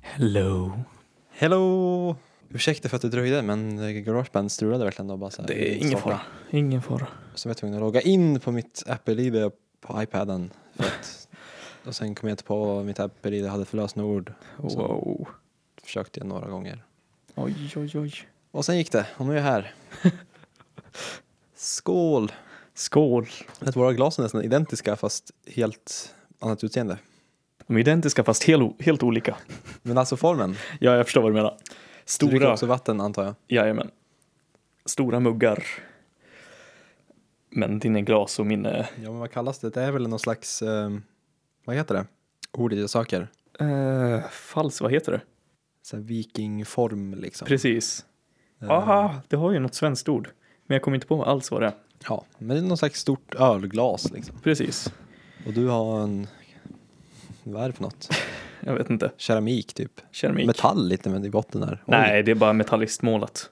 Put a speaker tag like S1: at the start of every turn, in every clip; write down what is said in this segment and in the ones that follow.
S1: Hello.
S2: Hello! Ursäkta för att det dröjde men eh, Garageband strulade verkligen då bara så här.
S1: Det är ingen
S2: Starta.
S1: fara. Ingen fara.
S2: Så var jag tvungen att logga in på mitt Apple-id på iPaden. För att, och sen kom jag inte på vad mitt Apple-id hade för lösenord. Och så
S1: Wow.
S2: försökte jag några gånger.
S1: Oj, oj, oj.
S2: Och sen gick det och nu är jag här. Skål!
S1: Skål.
S2: Att våra glas är nästan identiska fast helt annat utseende.
S1: De är identiska fast helt, helt olika.
S2: Men alltså formen.
S1: Ja, jag förstår vad du menar.
S2: Du dricker
S1: Stora,
S2: också vatten antar jag.
S1: jajamän. Stora muggar. Men din är glas och min är...
S2: Ja men vad kallas det? Det är väl någon slags, eh, vad heter det? Ordet jag söker.
S1: Eh, fals, vad heter det?
S2: Så här vikingform liksom.
S1: Precis.
S2: Eh,
S1: Aha, det har ju något svenskt ord. Men jag kommer inte på alls vad det är.
S2: Ja, men det är någon slags stort ölglas liksom.
S1: Precis.
S2: Och du har en, vad är det för något?
S1: Jag vet inte.
S2: Keramik typ.
S1: Keramik.
S2: Metall lite men i botten där. Oj.
S1: Nej, det är bara metalliskt målat.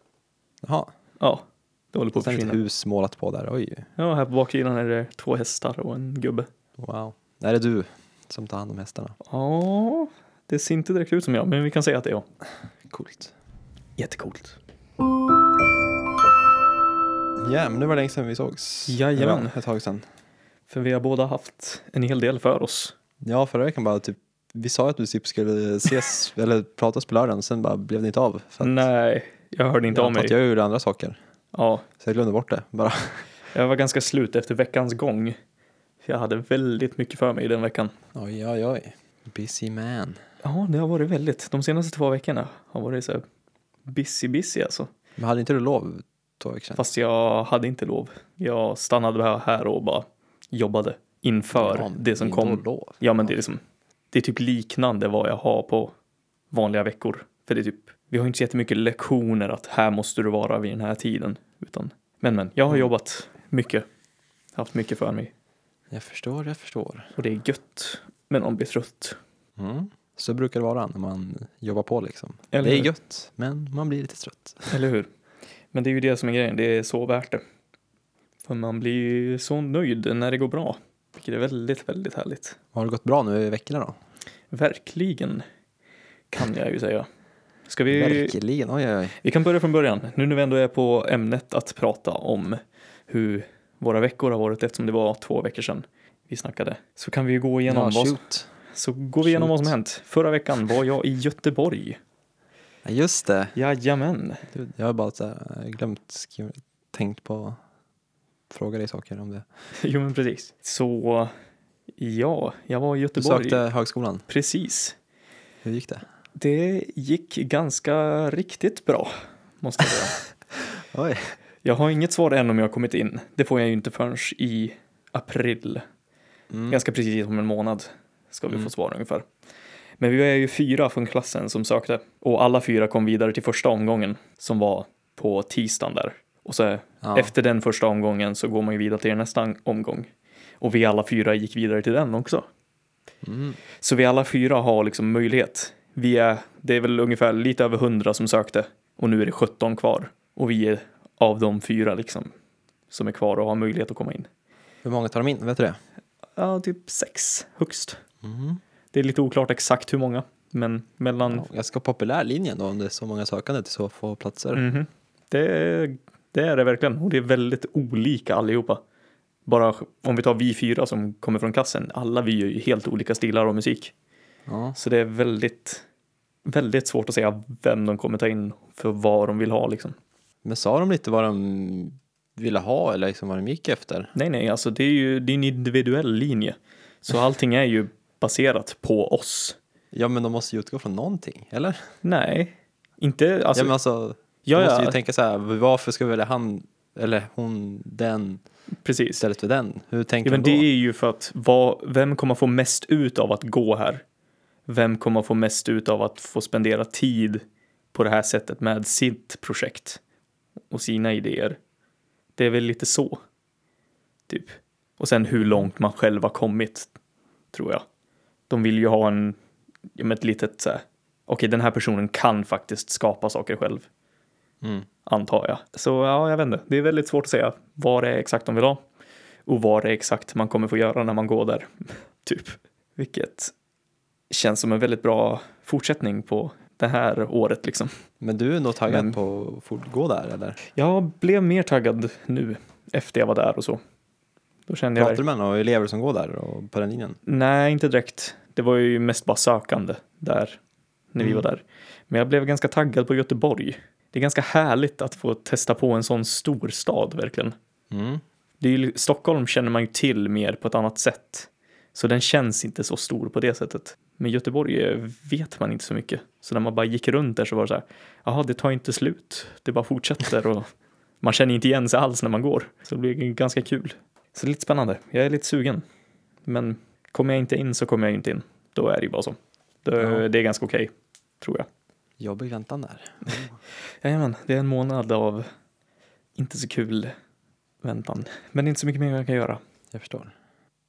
S2: Jaha.
S1: Ja, det håller på
S2: Och
S1: att
S2: sen ett
S1: försvinna.
S2: hus målat på där. Oj.
S1: Ja, här på baksidan är det två hästar och en gubbe.
S2: Wow. Är det du som tar hand om hästarna?
S1: Ja, det ser inte direkt ut som jag, men vi kan säga att det är jag.
S2: Coolt.
S1: Jättecoolt.
S2: Ja, men det var länge sedan vi sågs.
S1: Jajamän.
S2: Eller, Ett tag sedan.
S1: För vi har båda haft en hel del för oss.
S2: Ja, förra veckan bara typ, vi sa ju att vi typ skulle ses eller pratas på lördagen, sen bara blev det inte av. För att
S1: Nej, jag hörde inte
S2: jag
S1: av
S2: antar
S1: mig.
S2: att jag gjorde andra saker.
S1: Ja,
S2: Så jag glömde bort det bara.
S1: jag var ganska slut efter veckans gång. För Jag hade väldigt mycket för mig den veckan.
S2: Oj, oj, oj. Busy man.
S1: Ja, det har varit väldigt. De senaste två veckorna har varit så här busy, busy alltså.
S2: Men hade inte du lov två veckor sedan?
S1: Fast jag hade inte lov. Jag stannade bara här och bara jobbade inför
S2: Ja,
S1: det som
S2: men
S1: kom.
S2: då Lov.
S1: Ja, men det är liksom, det är typ liknande vad jag har på vanliga veckor. För det är typ, vi har inte så jättemycket lektioner att här måste du vara vid den här tiden. Utan, men men,
S2: Mm.
S1: jag har jobbat mycket. Haft mycket för mig.
S2: Jag förstår, jag förstår.
S1: Och det är gött. Men man blir trött.
S2: Mm. Så brukar det vara när man jobbar på liksom.
S1: Eller
S2: det
S1: hur?
S2: är gött, men man blir lite trött.
S1: Eller hur? Men det är ju det som är grejen, det är så värt det. För man blir ju så nöjd när det går bra. Vilket är väldigt, väldigt härligt.
S2: Har det gått bra nu i veckorna då?
S1: Verkligen, kan jag ju säga. Ska vi
S2: Verkligen, oj oj oj.
S1: Vi kan börja från början, nu när vi ändå är på ämnet att prata om hur våra veckor har varit eftersom det var två veckor sedan vi snackade. Så kan vi ju gå igenom,
S2: Ja,
S1: vad, som,
S2: shoot.
S1: så går vi igenom vad som
S2: Shoot.
S1: hänt. Förra veckan var jag i Göteborg.
S2: Ja, just det.
S1: Jajamän.
S2: Du, Jag har bara så här, eh, glömt skriva, tänkt på fråga dig saker om det.
S1: Jo men precis. Så ja, jag var i
S2: Du
S1: Göteborg.
S2: sökte högskolan.
S1: Precis.
S2: Hur gick det?
S1: Det gick ganska riktigt bra, måste jag säga.
S2: Oj.
S1: jag har inget svar än om jag har kommit in. Det får jag ju inte förrän i april.
S2: Mm.
S1: Ganska precis om en månad ska vi
S2: Mm.
S1: få svar ungefär. Men vi är ju fyra från klassen som sökte och alla fyra kom vidare till första omgången som var på tisdagen där. Och så
S2: Ja.
S1: efter den första omgången så går man ju vidare till nästa omgång. Och vi alla fyra gick vidare till den också.
S2: Mm.
S1: Så vi alla fyra har liksom möjlighet. Vi är, det är väl ungefär lite över 100 som sökte och nu är det 17 kvar. Och vi är av de fyra liksom som är kvar och har möjlighet att komma in.
S2: Hur många tar de in? Vet du det?
S1: Ja, typ sex högst.
S2: Mm.
S1: Det är lite oklart exakt hur många, men mellan...
S2: Ja, ganska populär linje då om det är så många sökande till så få platser.
S1: Mhm. Det, är- det är det verkligen och det är väldigt olika allihopa. Bara om vi tar vi fyra som kommer från klassen, alla vi gör ju helt olika stilar och musik.
S2: Ja.
S1: Så det är väldigt, väldigt svårt att säga vem de kommer ta in för vad de vill ha liksom.
S2: Men sa de lite vad de ville ha eller liksom vad de gick efter?
S1: Nej, nej, alltså det är ju det är en individuell linje. Så allting är ju baserat på oss.
S2: Ja men de måste ju utgå från någonting, eller?
S1: Nej, inte alltså.
S2: ja men alltså,
S1: Ja,
S2: de måste
S1: ja.
S2: ju tänka så här, varför ska vi välja han eller hon, den
S1: precis.
S2: istället för den? Hur tänker
S1: Ja, men
S2: de
S1: det
S2: då?
S1: är ju för att vad, vem kommer få mest ut av att gå här? Vem kommer få mest ut av att få spendera tid på det här sättet med sitt projekt och sina idéer? Det är väl lite så. Typ. Och sen hur långt man själv har kommit, tror jag. De vill ju ha en, ja, men ett litet så här, okej den här personen kan faktiskt skapa saker själv
S2: Mm.
S1: antar jag. Så ja, jag vet inte. Det är väldigt svårt att säga vad det är exakt de vill ha och vad det är exakt man kommer få göra när man går där. Typ. Vilket känns som en väldigt bra fortsättning på det här året liksom.
S2: Men du är nog taggad
S1: Men-
S2: på att fortgå där eller?
S1: Jag blev mer taggad nu efter jag var där och så. Då kände
S2: Pratar
S1: jag,
S2: du med några elever som går där och på den linjen?
S1: nej inte direkt. Det var ju mest bara sökande där när vi
S2: Mm.
S1: var där. Men jag blev ganska taggad på Göteborg. Det är ganska härligt att få testa på en sån stor stad verkligen.
S2: Mm.
S1: Det är ju, Stockholm känner man ju till mer på ett annat sätt. Så den känns inte så stor på det sättet. Men Göteborg eh, vet man inte så mycket. Så när man bara gick runt där så var det så här, jaha det tar inte slut, det bara fortsätter och man känner inte igen sig alls när man går. Så det blir ganska kul. Så det är lite spännande, jag är lite sugen. Men kommer jag inte in så kommer jag inte in. Då är det ju bara så. Det,
S2: Ja.
S1: det är ganska okej, tror jag.
S2: Jobbig väntan där.
S1: Jajamän, det är en månad av inte så kul väntan. Men det är inte så mycket mer jag kan göra.
S2: Jag förstår.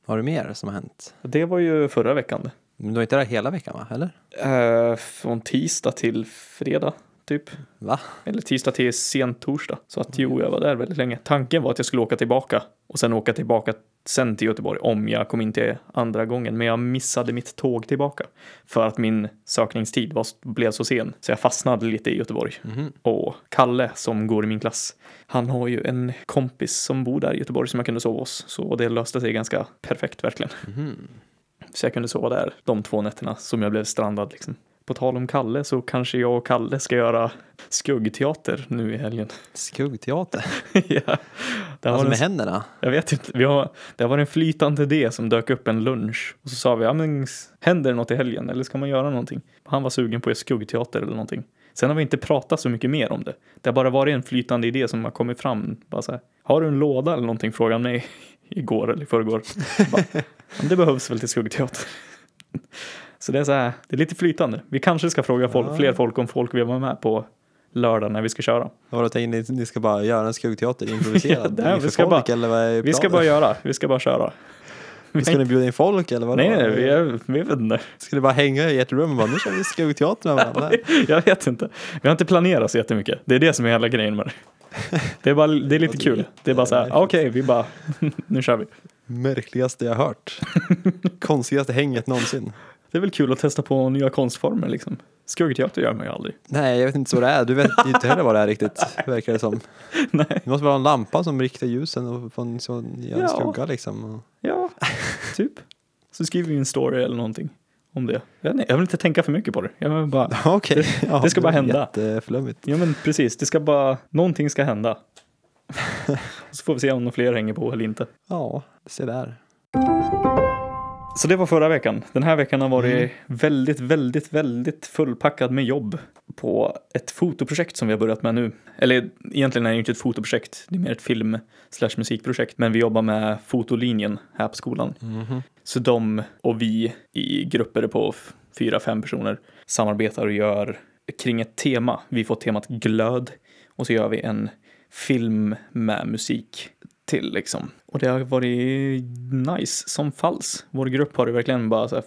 S2: Har du mer som har hänt?
S1: Det var ju förra veckan.
S2: Men du var inte där hela veckan va? Eller?
S1: Eh, från tisdag till fredag, typ.
S2: Va?
S1: Eller tisdag till sent torsdag. Så att jo, jag var där väldigt länge. Tanken var att jag skulle åka tillbaka och sen åka tillbaka sen till Göteborg om jag kom in till andra gången. Men jag missade mitt tåg tillbaka för att min sökningstid var, blev så sen. Så jag fastnade lite i Göteborg.
S2: Mhm.
S1: Och Kalle som går i min klass, han har ju en kompis som bor där i Göteborg som jag kunde sova hos. Så det löste sig ganska perfekt verkligen.
S2: Mhm.
S1: Så jag kunde sova där de två nätterna som jag blev strandad liksom. På tal om Kalle så kanske jag och Kalle ska göra skuggteater nu i helgen.
S2: Skuggteater.
S1: ja. det har
S2: Alltså
S1: varit
S2: med
S1: en,
S2: händerna.
S1: jag vet inte, vi har, det var en flytande idé som dök upp en lunch. Och så sa vi, ja men s- händer det något i helgen eller ska man göra någonting? Han var sugen på att göra skuggteater eller någonting. Sen har vi inte pratat så mycket mer om det. Det har bara varit en flytande idé som har kommit fram. Bara så här, har du en låda eller någonting? Frågade han mig igår eller i förrgår. Jag bara, "Ja, men det behövs väl till skuggteater. Så det är så här, det är lite flytande. Vi kanske ska fråga folk,
S2: Ja.
S1: fler folk om folk vill vara med på lördag när vi ska köra.
S2: Vadå, tänker ni, ni ska bara göra en skuggteater
S1: Ja,
S2: improviserad
S1: nej, vi
S2: inför
S1: ska
S2: folk
S1: bara-
S2: eller vad är
S1: Vi ska
S2: planen?
S1: bara göra, vi ska bara köra. Vi
S2: Ska ni bjuda in folk eller vadå?
S1: Nej, nej, vi, är, vi vet inte.
S2: Ska ni bara hänga i ert rum och bara nu kör vi skuggteater med varandra?
S1: Jag vet inte. Vi har inte planerat så jättemycket. Det är det som är hela grejen med det. Det är, bara, det är lite kul. Det är bara så här, okej, vi bara, nu kör vi.
S2: Märkligaste jag hört. Konstigaste hänget någonsin.
S1: Det är väl kul att testa på nya konstformer liksom. Skuggteater gör man ju aldrig.
S2: Nej, jag vet inte så vad det är. Du vet ju inte heller vad det är riktigt, verkar det som.
S1: Nej,
S2: Det måste vara en lampa som riktar ljusen och får en, så, gör en
S1: Ja.
S2: skugga liksom. Och...
S1: ja, typ. Så skriver vi en story eller någonting om det. Jag, vet inte, jag vill inte tänka för mycket på det. Jag vill bara,
S2: Okej. Ja,
S1: det ska bara
S2: var
S1: hända.
S2: Jätteflummigt.
S1: ja men precis, det ska bara, någonting ska hända. Så får vi se om några fler hänger på eller inte.
S2: Ja, se där.
S1: Så det var förra veckan. Den här veckan har varit väldigt, väldigt, väldigt fullpackad med jobb på ett fotoprojekt som vi har börjat med nu. Eller egentligen är det ju inte ett fotoprojekt, det är mer ett film slash musikprojekt. Men vi jobbar med fotolinjen här på skolan.
S2: Mhm.
S1: Så de och vi i grupper på f- fyra, fem personer samarbetar och gör kring ett tema. Vi får temat glöd och så gör vi en film med musik till liksom. Och det har varit nice som falls. Vår grupp har ju verkligen bara så här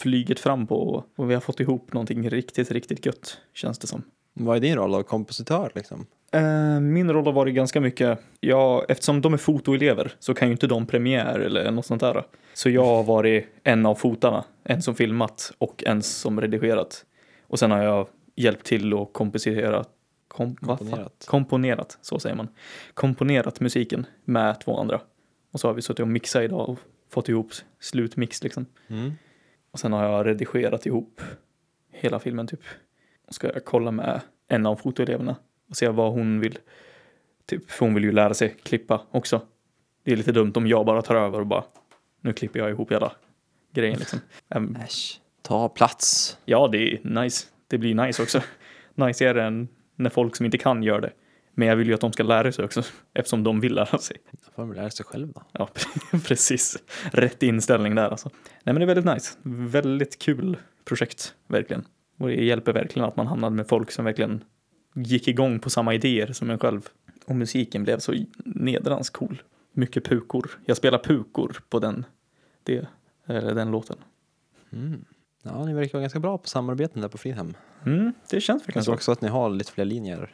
S1: flygit fram på och vi har fått ihop någonting riktigt, riktigt gött känns det som.
S2: Vad är din roll då? Kompositör liksom?
S1: Eh, Min roll har varit ganska mycket, ja, eftersom de är fotoelever så kan ju inte de premiär eller något sånt där. Så jag har varit en av fotarna, en som filmat och en som redigerat. Och sen har jag hjälpt till och komponerat, kom, vad fan?
S2: Komponerat.
S1: komponerat, så säger man, komponerat musiken med två andra. Och så har vi suttit och mixat idag och fått ihop slutmix liksom.
S2: Mm.
S1: Och sen har jag redigerat ihop hela filmen typ. Och ska jag kolla med en av fotoeleverna och se vad hon vill. Typ, för hon vill ju lära sig klippa också. Det är lite dumt om jag bara tar över och bara nu klipper jag ihop hela grejen liksom. Äm,
S2: Äsch. Ta plats.
S1: Ja, det är nice. Det blir nice också. Niceare än när folk som inte kan gör det. Men jag vill ju att de ska lära sig också eftersom de vill lära sig.
S2: Då får de lära sig själv då.
S1: Ja, precis. Rätt inställning där alltså. Nej men det är väldigt nice. Väldigt kul projekt, verkligen. Och det hjälper verkligen att man hamnade med folk som verkligen gick igång på samma idéer som en själv. Och musiken blev så nedrans cool. Mycket pukor. Jag spelar pukor på den, det, eller den låten.
S2: Mm. Ja, ni verkar vara ganska bra på samarbeten där på Fridhem.
S1: Mm, det känns verkligen
S2: Jag såg
S1: så.
S2: också att ni har lite fler linjer.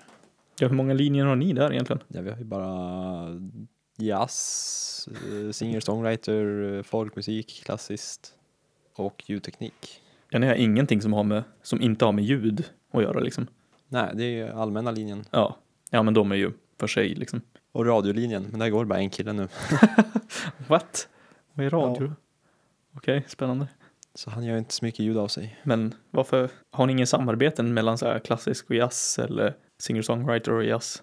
S1: Ja, hur många linjer har ni där egentligen?
S2: Ja, vi har ju bara jazz, eh, singer-songwriter, eh, folkmusik, klassiskt och ljudteknik.
S1: Den är ingenting som, har med, som inte har med ljud att göra liksom.
S2: Nej, det är ju allmänna linjen
S1: Ja, ja men de är ju för sig liksom.
S2: och radiolinjen, men där går bara en kille nu.
S1: What? Vad är radio?
S2: Ja.
S1: Okej, spännande.
S2: Så han gör inte så mycket ljud av sig.
S1: Men varför har ni ingen samarbeten mellan så här klassisk och jazz eller singer-songwriter och jazz?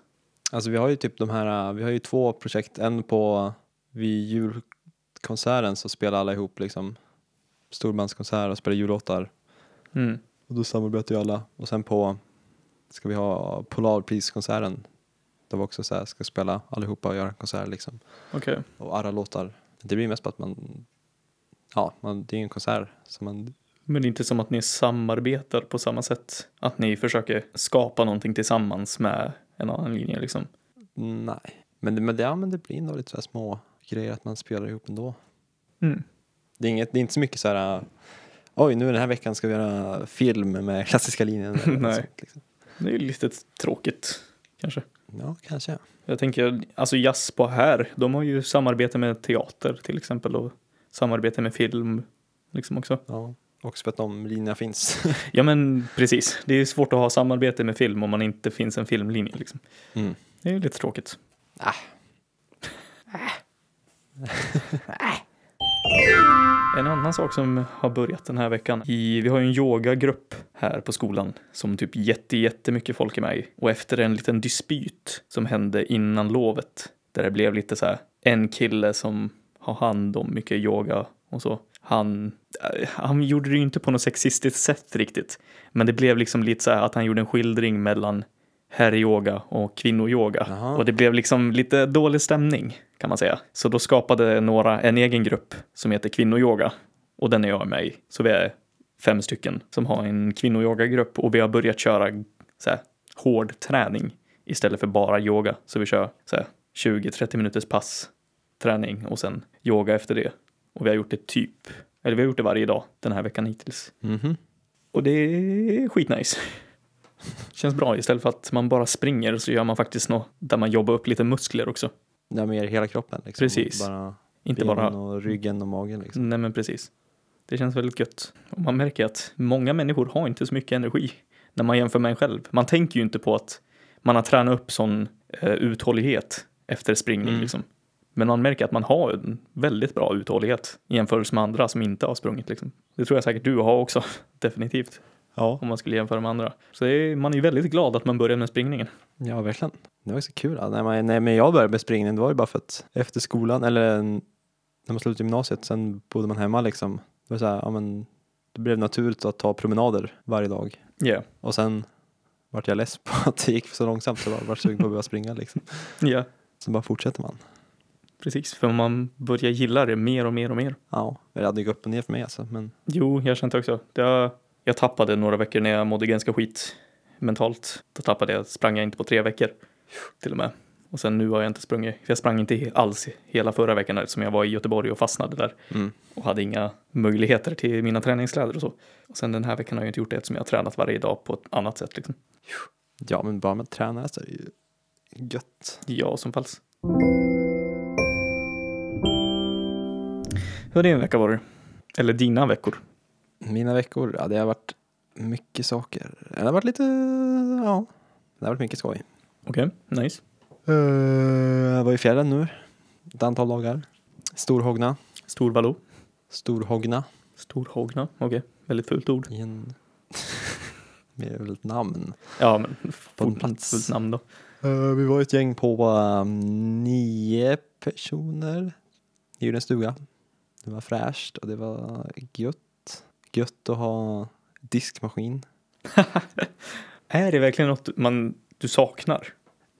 S2: Alltså vi har ju typ de här, eh, vi har ju två projekt, en på vid julkonserten så spelar alla ihop liksom storbandskonsert och spelar jullåtar
S1: Mm.
S2: och då samarbetar ju alla och sen på ska vi ha Polarpriskonserten där vi också så här ska spela allihopa och göra en konsert liksom
S1: Okej,
S2: och arra låtar. Det blir mest bara att man, ja, man, det är ju en konsert så man,
S1: men det är inte som att ni samarbetar på samma sätt? Att ni försöker skapa någonting tillsammans med en annan linje liksom?
S2: nej. Men, det- men, det, ja, men det blir ändå lite så här små grejer att man spelar ihop ändå.
S1: Mm.
S2: Det är, inget, det är inte så mycket så här, äh, oj nu den här veckan ska vi göra film med klassiska linjen. eller något
S1: Nej.
S2: sånt, liksom.
S1: Det är ju lite tråkigt kanske.
S2: Ja, kanske.
S1: Jag tänker, alltså jazz på här, de har ju samarbete med teater till exempel och samarbete med film liksom också.
S2: Ja. Också för att de linjerna finns.
S1: Ja men precis, det är ju svårt att ha samarbete med film om man inte finns en filmlinje liksom.
S2: Mm.
S1: Det är ju lite tråkigt. En annan sak som har börjat den här veckan. I, vi har ju en yogagrupp här på skolan som typ jätte, jättemycket folk är med i. Och efter en liten dispyt som hände innan lovet där det blev lite så här en kille som har hand om mycket yoga och så. Han, eh, han gjorde det ju inte på något sexistiskt sätt riktigt. Men det blev liksom lite så här att han gjorde en skildring mellan herryoga och kvinnoyoga.
S2: Jaha.
S1: Och det blev liksom lite dålig stämning kan man säga. Så då skapade några en egen grupp som heter kvinnoyoga. Och den är jag med i. Så vi är fem stycken som har en kvinnoyogagrupp och vi har börjat köra så här, hård träning istället för bara yoga. Så vi kör så här 20-30 minuters pass träning och sen yoga efter det. Och vi har gjort det typ, eller vi har gjort det varje dag den här veckan hittills.
S2: Mhm.
S1: Och det är skitnice. Känns bra istället för att man bara springer så gör man faktiskt något där man jobbar upp lite muskler också.
S2: Det är mer hela kroppen. Liksom.
S1: Precis.
S2: Bara
S1: Inte
S2: benen
S1: bara
S2: och ryggen och magen liksom.
S1: Nej men precis. Det känns väldigt gött. Och man märker att många människor har inte så mycket energi när man jämför med en själv. Man tänker ju inte på att man har tränat upp sån eh, uthållighet efter springning
S2: Mm.
S1: liksom. Men man märker att man har en väldigt bra uthållighet i jämförelse med andra som inte har sprungit liksom. Det tror jag säkert du har också, definitivt,
S2: Ja.
S1: om man skulle jämföra med andra. Så det är, man är ju väldigt glad att man började med springningen.
S2: Ja, verkligen. Det var så kul. Ja, När, man, när jag började med springning, det var ju bara för att efter skolan, eller en- när man slutade gymnasiet, sen bodde man hemma liksom. Det var så här, ja men, det blev naturligt att ta promenader varje dag.
S1: Ja,
S2: Och sen vart jag less på att det gick så långsamt, så jag var sugen på att börja springa liksom.
S1: ja,
S2: Så bara fortsätter man.
S1: precis. För man börjar gilla det mer och mer och mer.
S2: Ja, det hade ju gått upp och ner för mig alltså, men
S1: Jo, jag kände också. Jag, jag tappade några veckor när jag mådde ganska skit mentalt. Då tappade jag, sprang jag inte på tre veckor till och med. Och sen nu har jag inte sprungit, för jag sprang inte he- alls hela förra veckan eftersom jag var i Göteborg och fastnade där
S2: mm.
S1: och hade inga möjligheter till mina träningskläder och så. Och sen den här veckan har jag inte gjort det eftersom jag har tränat varje dag på ett annat sätt liksom.
S2: ja, men bara med att träna så är det ju gött.
S1: Ja, som falls. Hur har din vecka varit? Eller dina veckor?
S2: Mina veckor, ja det har varit mycket saker. Det har varit lite, ja, det har varit mycket skoj.
S1: Okej, nice.
S2: Eh, Jag var i fjällen nu ett antal dagar. Storhogna.
S1: Storvalo.
S2: Storhogna.
S1: Storhogna, okej. Väldigt fult ord.
S2: I en... Med väl ett namn.
S1: Ja, men
S2: På en
S1: fult-
S2: plats.
S1: Fullt namn då.
S2: Eh, vi var ett gäng på eh, nio personer. I en stuga. Det var fräscht och det var gött. Gött att ha diskmaskin.
S1: Är det verkligen något man, du saknar?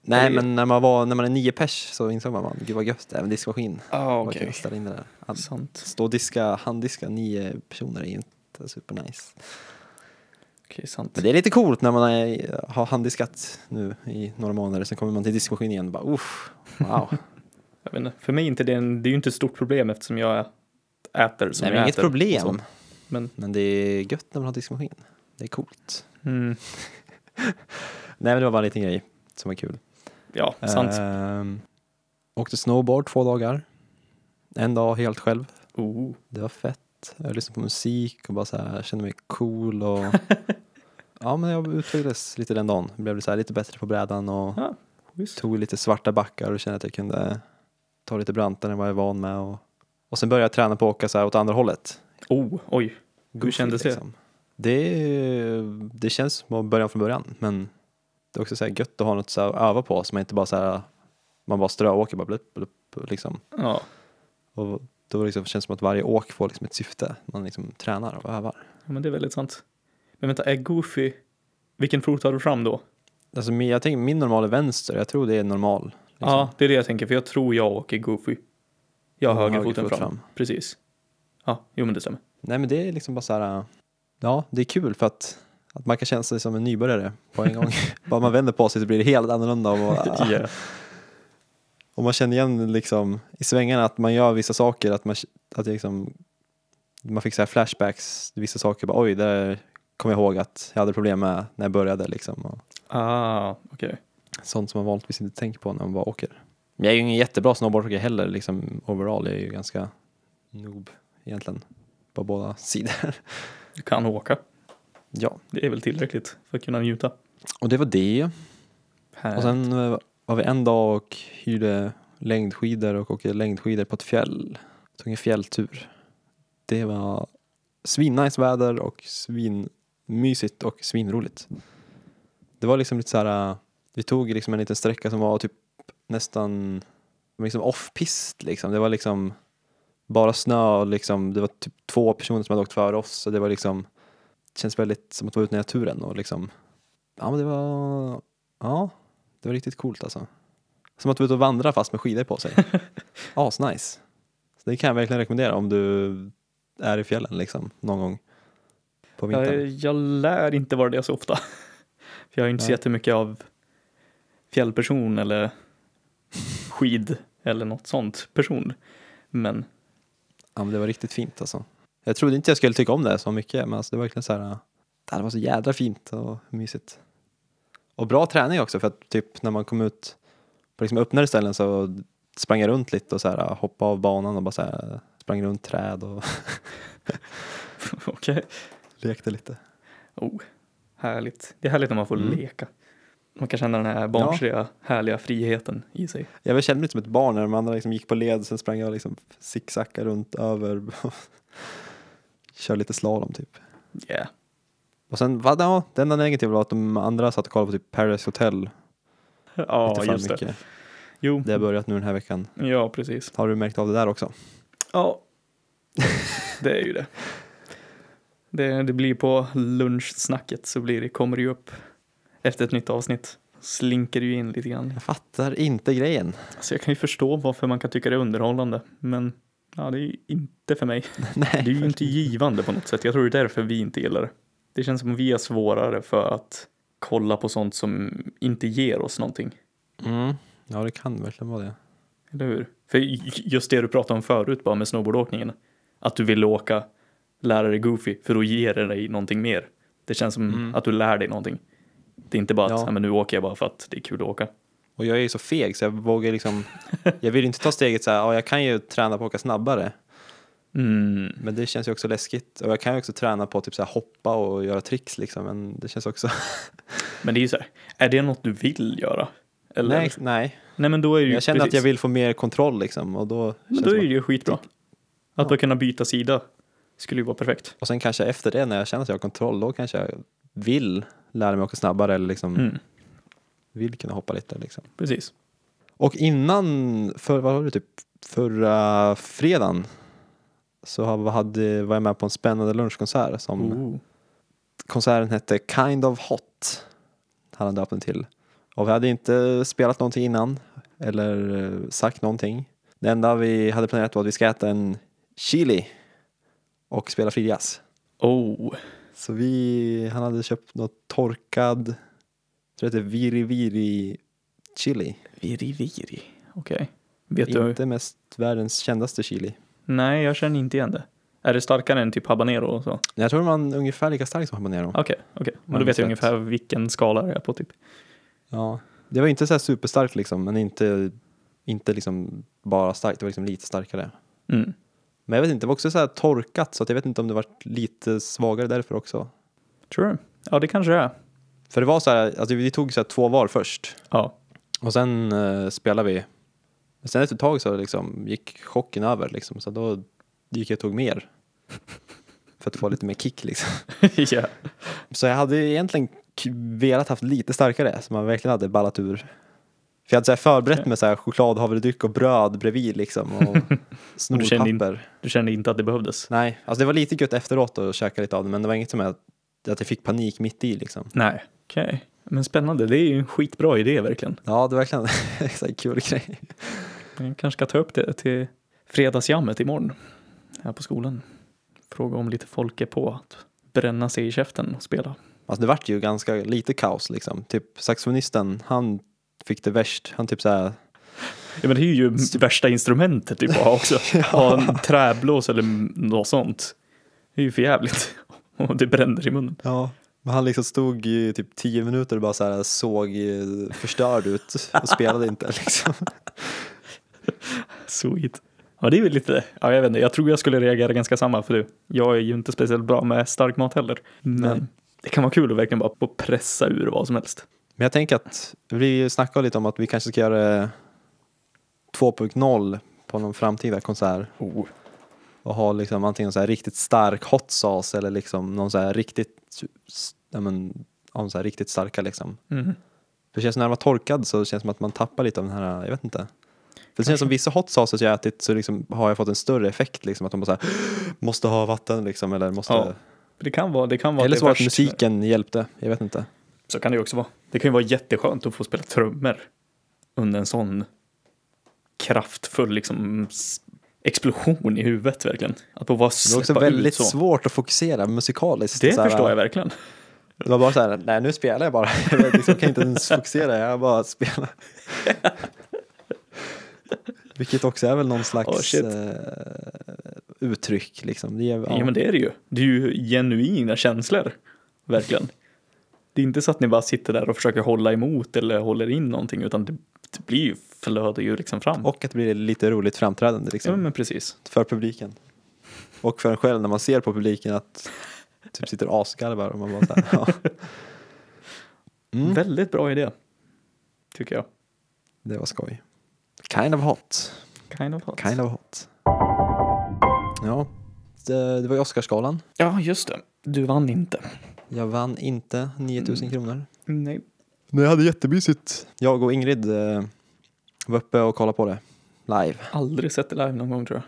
S2: Nej
S1: Det-
S2: men när man, var, när man är nio pers så insåg man, man gud vad gött det är med diskmaskin.
S1: Ja,
S2: Man kan ställa in det där. Att
S1: Sant.
S2: stå och diska, handdiska nio personer är ju inte supernice.
S1: Okej, sant.
S2: Men det är lite coolt när man är, har handdiskat nu i några månader, sen kommer man till diskmaskinen igen och bara uff, wow.
S1: Jag vet inte, för mig är inte det, en, det är ju inte ett stort problem eftersom jag äter som
S2: Nej,
S1: jag
S2: men inget
S1: äter. och
S2: problem.
S1: så. Men,
S2: Men det är gött när man har diskmaskin. Det är coolt.
S1: mm,
S2: Nej men det var bara en liten grej som var kul.
S1: ja, sant.
S2: Ehm, åkte snowboard två dagar. En dag helt själv.
S1: oh,
S2: Det var fett. annat. Jag lyssnade på musik och bara så här, kände mig cool och ja, men jag utvecklades lite den dagen. Blev så här, lite bättre på brädan och
S1: Ja, visst.
S2: tog lite svarta backar och kände att jag kunde ta lite brantare än vad jag är van med. Och, och sen började jag träna på att åka så här åt andra hållet.
S1: Oh, oj.
S2: Goofy,
S1: kändes det?
S2: liksom. Det, det känns som början från början, men det är också så här gött att ha något så här att öva på så man inte bara så här, man bara ströåker bara blupp, blupp, liksom.
S1: Ja,
S2: Och då liksom känns det som att varje åk får liksom ett syfte. Man liksom tränar och övar.
S1: ja, men det är väldigt sant. Men vänta, är Goofy... Vilken fot tar du fram då?
S2: Alltså, min- jag tänker min normal är vänster, jag tror det är normal. liksom.
S1: Ja, det är det jag tänker, för jag tror jag åker Goofy. Jag har
S2: Mm,
S1: högerfoten
S2: högerfot
S1: fram. Precis. Ja, jo men det stämmer.
S2: Nej men det är liksom bara så här, ja det är kul för att, att man kan känna sig som en nybörjare på en gång. bara man vänder på sig så blir det helt annorlunda. Och,
S1: Ja.
S2: Och man känner igen liksom, i svängarna att man gör vissa saker, att man, att jag liksom, man fick så här flashbacks, vissa saker, bara, oj, där kom jag ihåg att jag hade problem med när jag började. Liksom, och
S1: Ah, okej.
S2: sånt som man vanligtvis inte tänker på när man bara åker. Men jag är ju ingen jättebra snowboardåkare heller, liksom, overall. Jag är ju ganska noob egentligen, på båda sidor.
S1: Du kan åka.
S2: ja,
S1: Det är väl tillräckligt för att kunna njuta.
S2: och det var det.
S1: Här.
S2: Och sen eh, var vi en dag och hyrde längdskidor och åkte längdskidor på ett fjäll. Tog en fjälltur. Det var svinnice väder och svinmysigt och svinroligt. Det var liksom lite så här, eh, vi tog liksom en liten sträcka som var typ nästan liksom off-pist liksom. Det var liksom bara snö och liksom, det var typ två personer som hade åkt före oss så det var liksom, det känns väldigt som att vara ute i naturen och liksom, ja men det var, ja, det var riktigt coolt alltså. Som att vara ute och vandra fast med skidor på sig. Asnice. Så det kan jag verkligen rekommendera om du är i fjällen liksom någon gång på vintern.
S1: jag, jag lär inte vara det så ofta. För jag är inte så
S2: Nej.
S1: jättemycket av fjällperson eller skid eller något sånt person. Men
S2: Ja, men det var riktigt fint alltså. Jag trodde inte jag skulle tycka om det så mycket, men alltså, det var verkligen så här. äh, Det här var så jädra fint och mysigt. Och bra träning också, för att typ när man kom ut på liksom öppnare ställen så sprang jag runt lite och så här äh, hoppade av banan och bara så här äh, sprang runt träd och
S1: okej,
S2: lekte lite.
S1: Oh, härligt. Det är härligt när man får
S2: Mm.
S1: leka. Man kan känna den här barnsliga härliga friheten i sig.
S2: Jag väl kände mig som ett barn när de andra liksom gick på led, sen sprang jag liksom zigzacka runt över och körde lite slalom typ.
S1: Yeah.
S2: Och sen, va, ja, det enda negativa var att de andra satt och kollade på typ Paradise Hotel
S1: Ja,
S2: lite för
S1: just det.
S2: mycket. Det.
S1: Jo,
S2: det har börjat nu den här veckan.
S1: ja precis.
S2: Har du märkt av det där också?
S1: Ja, det är ju det. det. Det blir på lunchsnacket så blir det, kommer det ju upp efter ett nytt avsnitt. Slinker det ju in lite grann.
S2: Jag fattar inte grejen.
S1: Alltså jag kan ju förstå varför man kan tycka det är underhållande, men ja, det är ju inte för mig. Det är ju inte givande på något sätt. Jag tror det är därför vi inte gillar det. Det känns som vi är svårare för att kolla på sånt som inte ger oss någonting.
S2: Mm. Ja, det kan verkligen vara det.
S1: Eller hur? För just det du pratade om förut bara med snowboardåkningen. Att du vill åka, lära dig goofy, för då ger det dig någonting mer. Det känns som
S2: Mm.
S1: att du lär dig någonting. Det är inte bara att
S2: Ja.
S1: ja. men nu åker jag bara för att det är kul att åka.
S2: Och jag är ju så feg så jag vågar liksom, jag vill inte ta steget så här, ja jag kan ju träna på att åka snabbare,
S1: Mm.
S2: men det känns ju också läskigt. Och jag kan ju också träna på att typ så här hoppa och göra tricks liksom, men det känns också,
S1: Men det är ju så här, är det något du vill göra? Eller?
S2: nej, nej.
S1: Nej men då är det ju
S2: Jag känner att
S1: precis.
S2: jag vill få mer kontroll liksom och då
S1: Men
S2: känns
S1: då
S2: det
S1: är det
S2: som att,
S1: ju skitbra. Att
S2: Ja.
S1: bara kunna byta sida skulle ju vara perfekt.
S2: och sen kanske efter det när jag känner att jag har kontroll, då kanske jag vill lära mig åka snabbare eller liksom
S1: Mm.
S2: vill kunna hoppa lite liksom.
S1: Precis.
S2: Och innan, för, vad var det typ, förra fredagen så har- hade, var jag med på en spännande lunchkonsert som
S1: Oh.
S2: konserten hette Kind of Hot. Hade han döpt den till. Och vi hade inte spelat någonting innan eller eh, sagt någonting. Det enda vi hade planerat var att vi ska äta en chili och spela free jazz.
S1: oh.
S2: Så vi, han hade köpt något torkad, jag tror det heter viri viri chili.
S1: Viri viri. Okej. Vet du?
S2: Inte mest världens kändaste chili.
S1: Nej, jag känner inte igen det. Är det starkare än typ habanero och så?
S2: Jag tror man är ungefär lika stark som habanero.
S1: Okej, okej. Men då
S2: Men
S1: vet jag
S2: exakt.
S1: ungefär vilken skala det är på typ.
S2: Ja. Det var inte så här superstarkt liksom, men inte, inte liksom bara starkt, det var liksom lite starkare.
S1: Mm.
S2: Men jag vet inte, det var också så här torkat så att jag vet inte om det var lite svagare därför också.
S1: Tror du? Ja, det kanske det är.
S2: För det var så här, alltså vi tog så här två var först
S1: Ja.
S2: och sen eh, spelade vi. Men sen efter ett tag så liksom gick chocken över liksom så då gick jag och tog mer. För att få lite mer kick liksom.
S1: ja.
S2: Så jag hade ju egentligen k- velat haft lite starkare, så man verkligen hade ballat ur. För jag hade så här förberett med så här choklad, havredryck och bröd bredvid liksom och
S1: du kände in-
S2: snorpapper.
S1: Du kände inte att det behövdes?
S2: Nej, alltså det var lite gött efteråt att käka lite av det, men det var inget som jag, att jag fick panik mitt i liksom.
S1: Nej. Okej. Men spännande, det är ju en skitbra idé verkligen.
S2: Ja, det var verkligen en så här kul grej.
S1: Jag kanske ska ta upp det till fredagsjammet imorgon här på skolan. Fråga om lite folk är på att bränna sig i käften och spela.
S2: Alltså det vart ju ganska lite kaos liksom. Typ saxofonisten, han fick det värst. Han typ så här,
S1: Ja, men det är ju värsta instrumentet typ att ha också. Ha en träblås eller något sånt. Det är ju för jävligt. Och det bränner i munnen.
S2: ja, men han liksom stod i typ tio minuter och bara så här såg eh, förstörd ut och spelade inte liksom.
S1: Sweet. Ja, det är väl lite, ja, jag vet inte, jag tror jag skulle reagera ganska samma för du. Jag är ju inte speciellt bra med stark mat heller. Men
S2: Nej.
S1: det kan vara kul att verkligen bara få pressa ur vad som helst.
S2: Men jag tänker att vi snackade lite om att vi kanske ska göra eh, 2.0 på någon framtida konsert
S1: Oh.
S2: och ha liksom antingen så här riktigt stark hot sauce eller liksom någon så här riktigt, ja men, ja, så här riktigt starka liksom.
S1: Mm.
S2: För det känns när man var torkad så känns det som att man tappar lite av den här, jag vet inte. För det känns som vissa hot sauces jag ätit så liksom har jag fått en större effekt liksom att de bara så här, måste ha vatten liksom eller måste.
S1: Ja, Det kan vara, det kan vara
S2: eller
S1: det
S2: så var det
S1: värst.
S2: att musiken hjälpte, jag vet inte.
S1: Så kan det ju också vara. Det kan ju vara jätteskönt att få spela trummor under en sån kraftfull liksom, s- explosion i huvudet verkligen. Att bara
S2: Det var också
S1: släppa ut
S2: väldigt
S1: så.
S2: svårt att fokusera musikaliskt.
S1: Det
S2: så här, äh,
S1: förstår jag verkligen.
S2: Det var bara så här, nej nu spelar jag bara. Jag liksom kan inte ens fokusera, jag bara spelar. Vilket också är väl någon
S1: Oh,
S2: slags
S1: shit.
S2: eh, uttryck liksom. Det är, ja.
S1: Ja. men det är det ju. Det är ju genuina känslor. Verkligen. Det är inte så att ni bara sitter där och försöker hålla emot eller håller in någonting utan det, det blir ju, flödar ju liksom fram.
S2: Och att det blir lite roligt framträdande liksom,
S1: ja men precis.
S2: för publiken. Och för en själv när man ser på publiken att typ sitter asgarvar och man bara så här, ja. Mm.
S1: Väldigt bra idé. Tycker jag.
S2: Det var skoj. Kind of hot.
S1: Kind of hot.
S2: Kind of hot. Ja, det, det var ju Oscarsgalan.
S1: Ja just det. Du vann inte.
S2: Jag vann inte 9000
S1: Mm.
S2: kronor.
S1: Nej.
S2: Men jag hade jättemysigt. Jag och Ingrid eh, var uppe och kollade på det live.
S1: Aldrig sett det live någon gång tror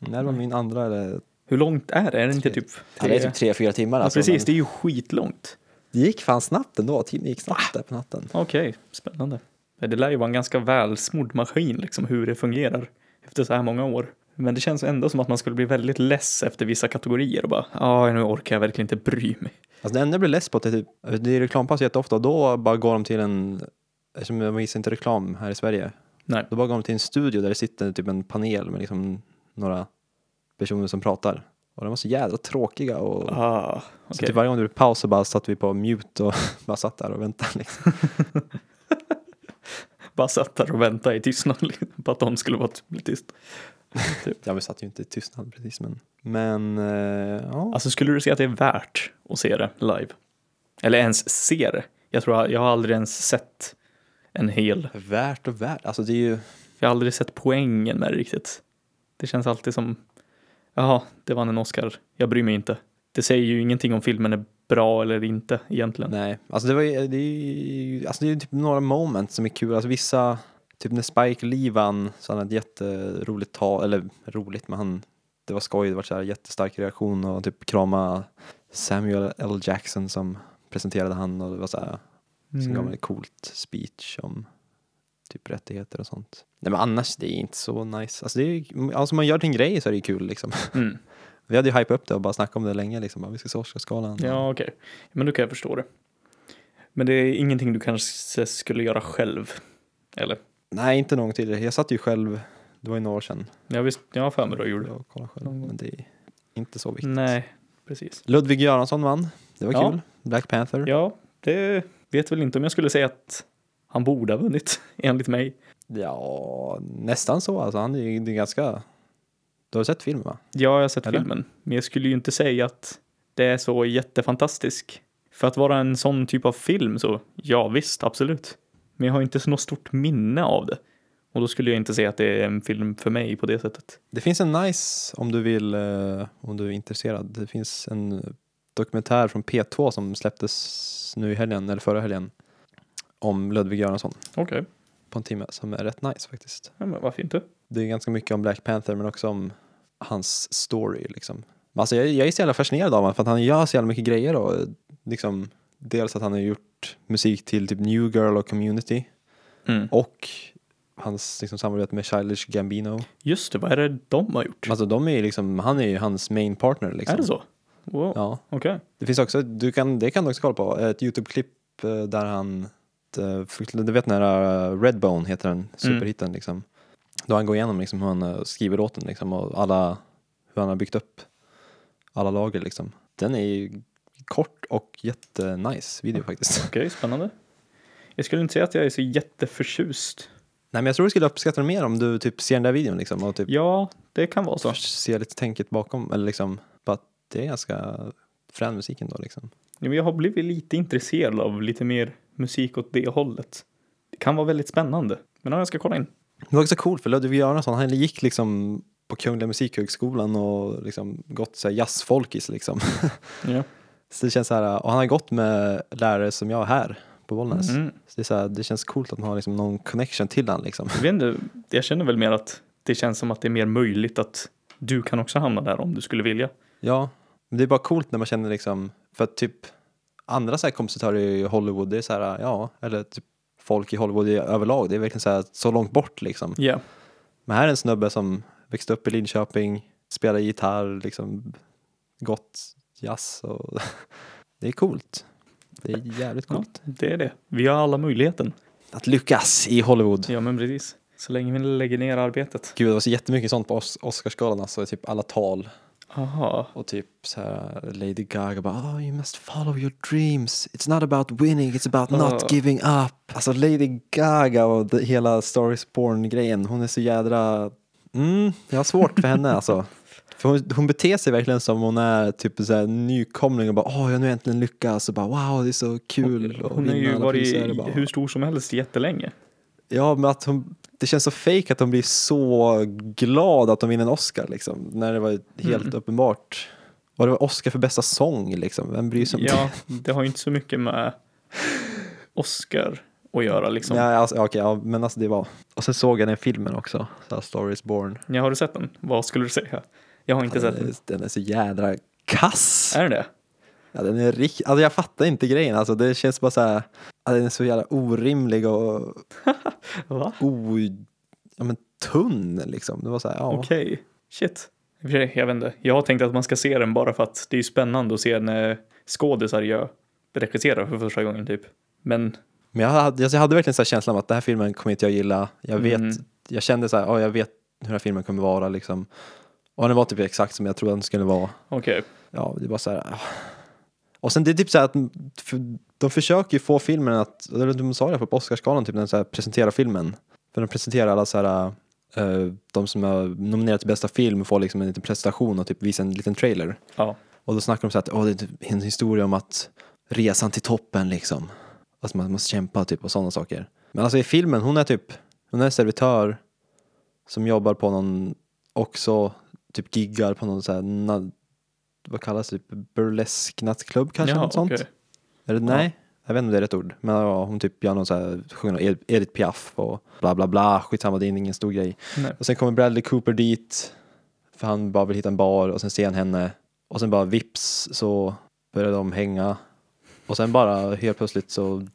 S1: jag.
S2: Det här var min andra eller...
S1: Hur långt är det? Är det inte
S2: Tre-
S1: typ tre?
S2: Ja, det är typ tre, fyra timmar
S1: Ja,
S2: alltså.
S1: precis, det
S2: men
S1: är ju skitlångt.
S2: det gick fan snabbt ändå. Timmen gick snabbt där på natten.
S1: Okej, spännande. Ja, Det lär ju vara en ganska välsmord maskin, liksom hur det fungerar efter så här många år. Men det känns ändå som att man skulle bli väldigt less efter vissa kategorier och bara, ja, nu orkar jag verkligen inte bry mig.
S2: Alltså det enda jag blir less på är typ, det är reklampass jätteofta och då bara går de till en, eftersom de visar inte reklam här i Sverige,
S1: Nej.
S2: då bara går de till en studio där det sitter typ en panel med liksom några personer som pratar. Och de var så jävla tråkiga och
S1: Ah,
S2: Så
S1: okej.
S2: typ varje gång det blev paus så bara satt vi på mute och bara satt där och väntade. Liksom.
S1: Bara satt där och väntade i tystnad liksom, på att de skulle vara typ tyst.
S2: Ja, vi satt ju inte i tystnad precis, men... Men, eh, ja.
S1: Alltså skulle du säga att det är värt att se det live? Eller ens se det? Jag tror jag har aldrig ens sett en hel
S2: Värt och värt, alltså det är ju...
S1: Jag har aldrig sett poängen med det riktigt. Det känns alltid som, jaha, det vann en Oscar, jag bryr mig inte. Det säger ju ingenting om filmen är bra eller inte egentligen.
S2: Nej, alltså det var ju... Det är ju alltså det är ju typ några moment som är kul, alltså vissa... Typ när Spike Lee vann så hade han ett jätteroligt tal, eller roligt, men han... Det var skoj, det var så här jättestark reaktion och han typ krama Samuel L. Jackson som presenterade han och det var så här...
S1: Mm.
S2: Sen gav man ett coolt speech om typ rättigheter och sånt. Nej men annars, det är inte så nice. Alltså, det är, ju- alltså man gör till en grej så är det ju kul liksom.
S1: Mm.
S2: Vi hade ju hypat upp det och bara snackat om det länge liksom. Bara, Vi ska se Oscarsgalan.
S1: Ja, okej. Men då kan jag förstå det. Men det är ingenting du kanske skulle göra själv? Eller?
S2: Nej, inte någon gång tidigare. Jag satt ju själv, det var ju några år sedan.
S1: Jag, visst, jag har för mig då gjorde.
S2: Jag kollade själv,
S1: Någon gång.
S2: men det är inte så viktigt.
S1: Nej, precis.
S2: Ludvig Göransson vann. Det var
S1: Ja.
S2: kul. Black Panther.
S1: Ja, det vet väl inte om jag skulle säga att han borde ha vunnit, enligt mig.
S2: Ja, nästan så alltså. Han är ju det är ganska Du har sett filmen va?
S1: Ja, jag har sett
S2: Eller?
S1: filmen. Men jag skulle ju inte säga att det är så jättefantastisk. För att vara en sån typ av film så, ja visst, absolut. Men jag har inte så något stort minne av det. Och då skulle jag inte säga att det är en film för mig på det sättet.
S2: Det finns en nice, om du vill, eh, om du är intresserad, det finns en dokumentär från P2 som släpptes nu i helgen, eller förra helgen, om Ludvig Göransson
S1: Okej,
S2: på en timme som är rätt nice faktiskt.
S1: ja, men varför inte?
S2: Det är ganska mycket om Black Panther men också om hans story liksom. Men Alltså jag, jag är så jävla fascinerad av honom för att han gör så jävla mycket grejer och eh, liksom dels att han har gjort musik till typ New Girl och Community
S1: Mm.
S2: och hans liksom, samarbete med Childish Gambino.
S1: Just det, vad är det de har gjort?
S2: Alltså de är ju liksom, han är ju hans main partner liksom.
S1: Är det så? Wow,
S2: Ja.
S1: okej.
S2: Det finns också, du kan, det kan du också kolla på, ett YouTube-klipp eh, där han, eh, frukt- du vet den här eh, Redbone heter den, superhitten liksom. Då han går igenom liksom hur han eh, skriver låten liksom och alla, hur han har byggt upp alla lager liksom. Den är ju kort och jättenice video faktiskt.
S1: Okej, spännande. Jag skulle inte säga att jag är så jätteförtjust.
S2: Nej men jag tror du skulle uppskatta den mer om du typ ser den där videon liksom och typ
S1: Ja, det kan vara så.
S2: ser lite tänket bakom eller liksom, bara att det är ganska frän musik ändå liksom.
S1: Ja, men Jag har blivit lite intresserad av lite mer musik åt det hållet. Det kan vara väldigt spännande. Men ja, jag ska kolla in.
S2: Det var också coolt för Ludvig Göransson, han gick liksom på Kungliga Musikhögskolan och liksom gått så här jazzfolkis liksom.
S1: Ja.
S2: Så det känns så här, och han har gått med lärare som jag här på Bollnäs.
S1: Mm.
S2: Så det, är så här, det känns coolt att man har liksom någon connection till han liksom.
S1: Jag, vet inte, jag känner väl mer att det känns som att det är mer möjligt att du kan också hamna där om du skulle vilja.
S2: Ja, men det är bara coolt när man känner liksom, för att typ andra så här kompositörer i Hollywood, det är så här, ja, eller typ folk i Hollywood i överlag, det är verkligen så här, så långt bort liksom.
S1: Ja.
S2: Men här är en snubbe som växte upp i Linköping, spelade gitarr, liksom gott jazz och det är coolt. Det är jävligt
S1: Ja,
S2: coolt.
S1: det är det. Vi har alla möjligheten.
S2: Att lyckas i Hollywood.
S1: Ja, men precis. Så länge vi lägger ner arbetet.
S2: Gud, det var så jättemycket sånt på Os- Oscarsgalan, alltså typ alla tal
S1: Aha.
S2: och typ så här Lady Gaga bara oh, you must follow your dreams, it's not about winning, it's about
S1: Ah.
S2: not giving up. Alltså Lady Gaga och det, hela Stories Born-grejen, hon är så jädra, mm, jag har svårt för henne alltså. För hon, hon beter sig verkligen som hon är typ så här nykomling och bara åh, jag har nu äntligen lyckats och bara wow, det är så kul.
S1: Hon har ju varit
S2: priser. Bara,
S1: hur stor som helst jättelänge.
S2: Ja, men att hon, det känns så fake att hon blir så glad att hon vinner en Oscar liksom, när det var helt
S1: Mm.
S2: uppenbart. Och det var Oscar för bästa sång liksom, vem bryr sig om
S1: Ja, det har ju inte så mycket med Oscar att göra
S2: det?
S1: liksom.
S2: Nej, alltså, ja, okej, ja, men alltså det var. Och sen såg jag den filmen också, så här, Star is born.
S1: Ja, har du sett den? Vad skulle du säga? Äh? Jag har inte
S2: Den
S1: sett den.
S2: är, den är så jädra kass.
S1: Är den det?
S2: Ja, den är rikt... alltså, jag fattar inte grejen, alltså, det känns bara så här, ja, den är så jävla orimlig och
S1: Va?
S2: o... ja, men, tunn liksom. Det var så här, ja.
S1: Okej. Shit. I och för sig, Jag vet inte. Jag har tänkt att man ska se den bara för att det är ju spännande att se när skådisar gör regisserar för första gången typ. Men
S2: Men jag hade, alltså jag hade verkligen så här känslan av att den här filmen kommer inte jag gilla. Jag, vet,
S1: Mm.
S2: jag kände så här, ja, jag vet hur den här filmen kommer vara liksom. Och den var typ exakt som jag trodde den skulle vara.
S1: okej.
S2: Ja, det var så här. ah. Och sen det är typ så här att för, de försöker ju få filmen att, eller de sa det på Oscarsgalan typ när de så här presenterar filmen. För de presenterar alla så här, eh, de som har nominerat till bästa film får liksom en liten presentation och typ visar en liten trailer.
S1: Ja.
S2: Och då snackar de så här att åh, det är typ en historia om att resan till toppen liksom. Att man måste kämpa typ och sådana saker. Men alltså i filmen, hon är typ, hon är servitör som jobbar på någon, också typ giggar på någon så här, na, vad kallas det, typ burlesk nattklubb kanske?
S1: Jaha,
S2: något sånt?
S1: okej.
S2: Eller, nej, jag vet inte om det är rätt ord. Men ja, hon typ gör någon så här, sjunger någon Ed- Edith Piaf och bla bla bla, skitsamma det är ingen stor grej.
S1: Nej.
S2: Och sen kommer Bradley Cooper dit för han bara vill hitta en bar och sen ser han henne och sen bara vips så börjar de hänga och sen bara helt plötsligt så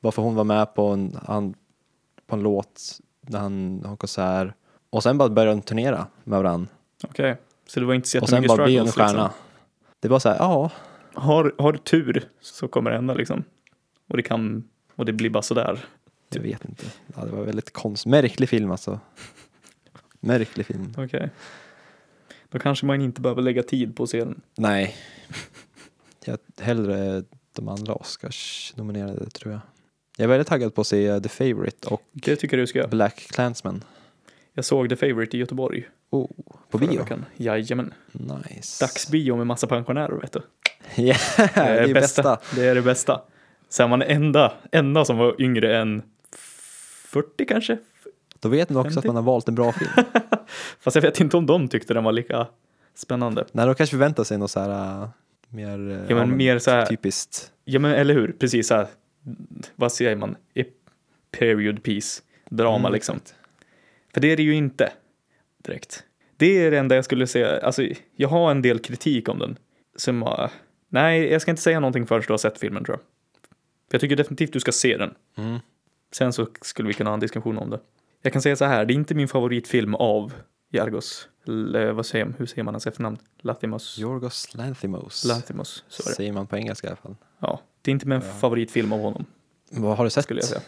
S2: varför hon var med på en, han, på en låt när han har konsert och sen bara börjar de turnera med varandra
S1: Okej. Så det var inte så
S2: och sen
S1: jättemycket
S2: bara blir hon en
S1: struggles
S2: stjärna.
S1: liksom.
S2: Det är bara så här, ja,
S1: Har, har du tur så kommer det hända liksom. Och det kan, och det blir bara sådär.
S2: jag vet inte. Ja, det var väldigt konst, märklig film alltså. Märklig film.
S1: Okej. Då kanske man inte behöver lägga tid på att se den.
S2: Nej. Jag hellre de andra Oscars nominerade tror jag. Jag är väldigt taggad på att se The Favourite och
S1: Det tycker jag du ska göra.
S2: Black Clansman.
S1: Jag såg The Favourite i Göteborg.
S2: Oh, på
S1: förra
S2: bio?
S1: veckan. Jajamän.
S2: Nice.
S1: Dagsbio med massa pensionärer vet du.
S2: Yeah, det
S1: Det
S2: är
S1: är
S2: ju bästa.
S1: Det är det bästa. Sen var man enda, enda som var yngre än 40 kanske.
S2: Då vet man också
S1: 50.
S2: att man har valt en bra film.
S1: Fast jag vet inte om de tyckte den var lika spännande.
S2: Nej, då kanske förväntar sig något så här äh, mer, äh,
S1: Ja men mer så här,
S2: typiskt.
S1: ja men eller hur, precis så här, vad säger man, E- period piece, drama
S2: Mm,
S1: liksom. För det är det ju inte direkt. Det är det enda jag skulle säga, alltså jag har en del kritik om den. Som, har- nej, jag ska inte säga någonting förrän du har sett filmen tror jag. För jag tycker definitivt du ska se den.
S2: Mm.
S1: Sen så skulle vi kunna ha en diskussion om det. Jag kan säga så här, det är inte min favoritfilm av Jargos, L- vad säger man, hur säger man hans efternamn? Lathimos?
S2: Yorgos Lanthimos.
S1: Lathimos, så är det.
S2: Säger man på engelska i alla fall.
S1: Ja, det är inte min favoritfilm av honom,
S2: Vad har du sett?
S1: skulle jag säga.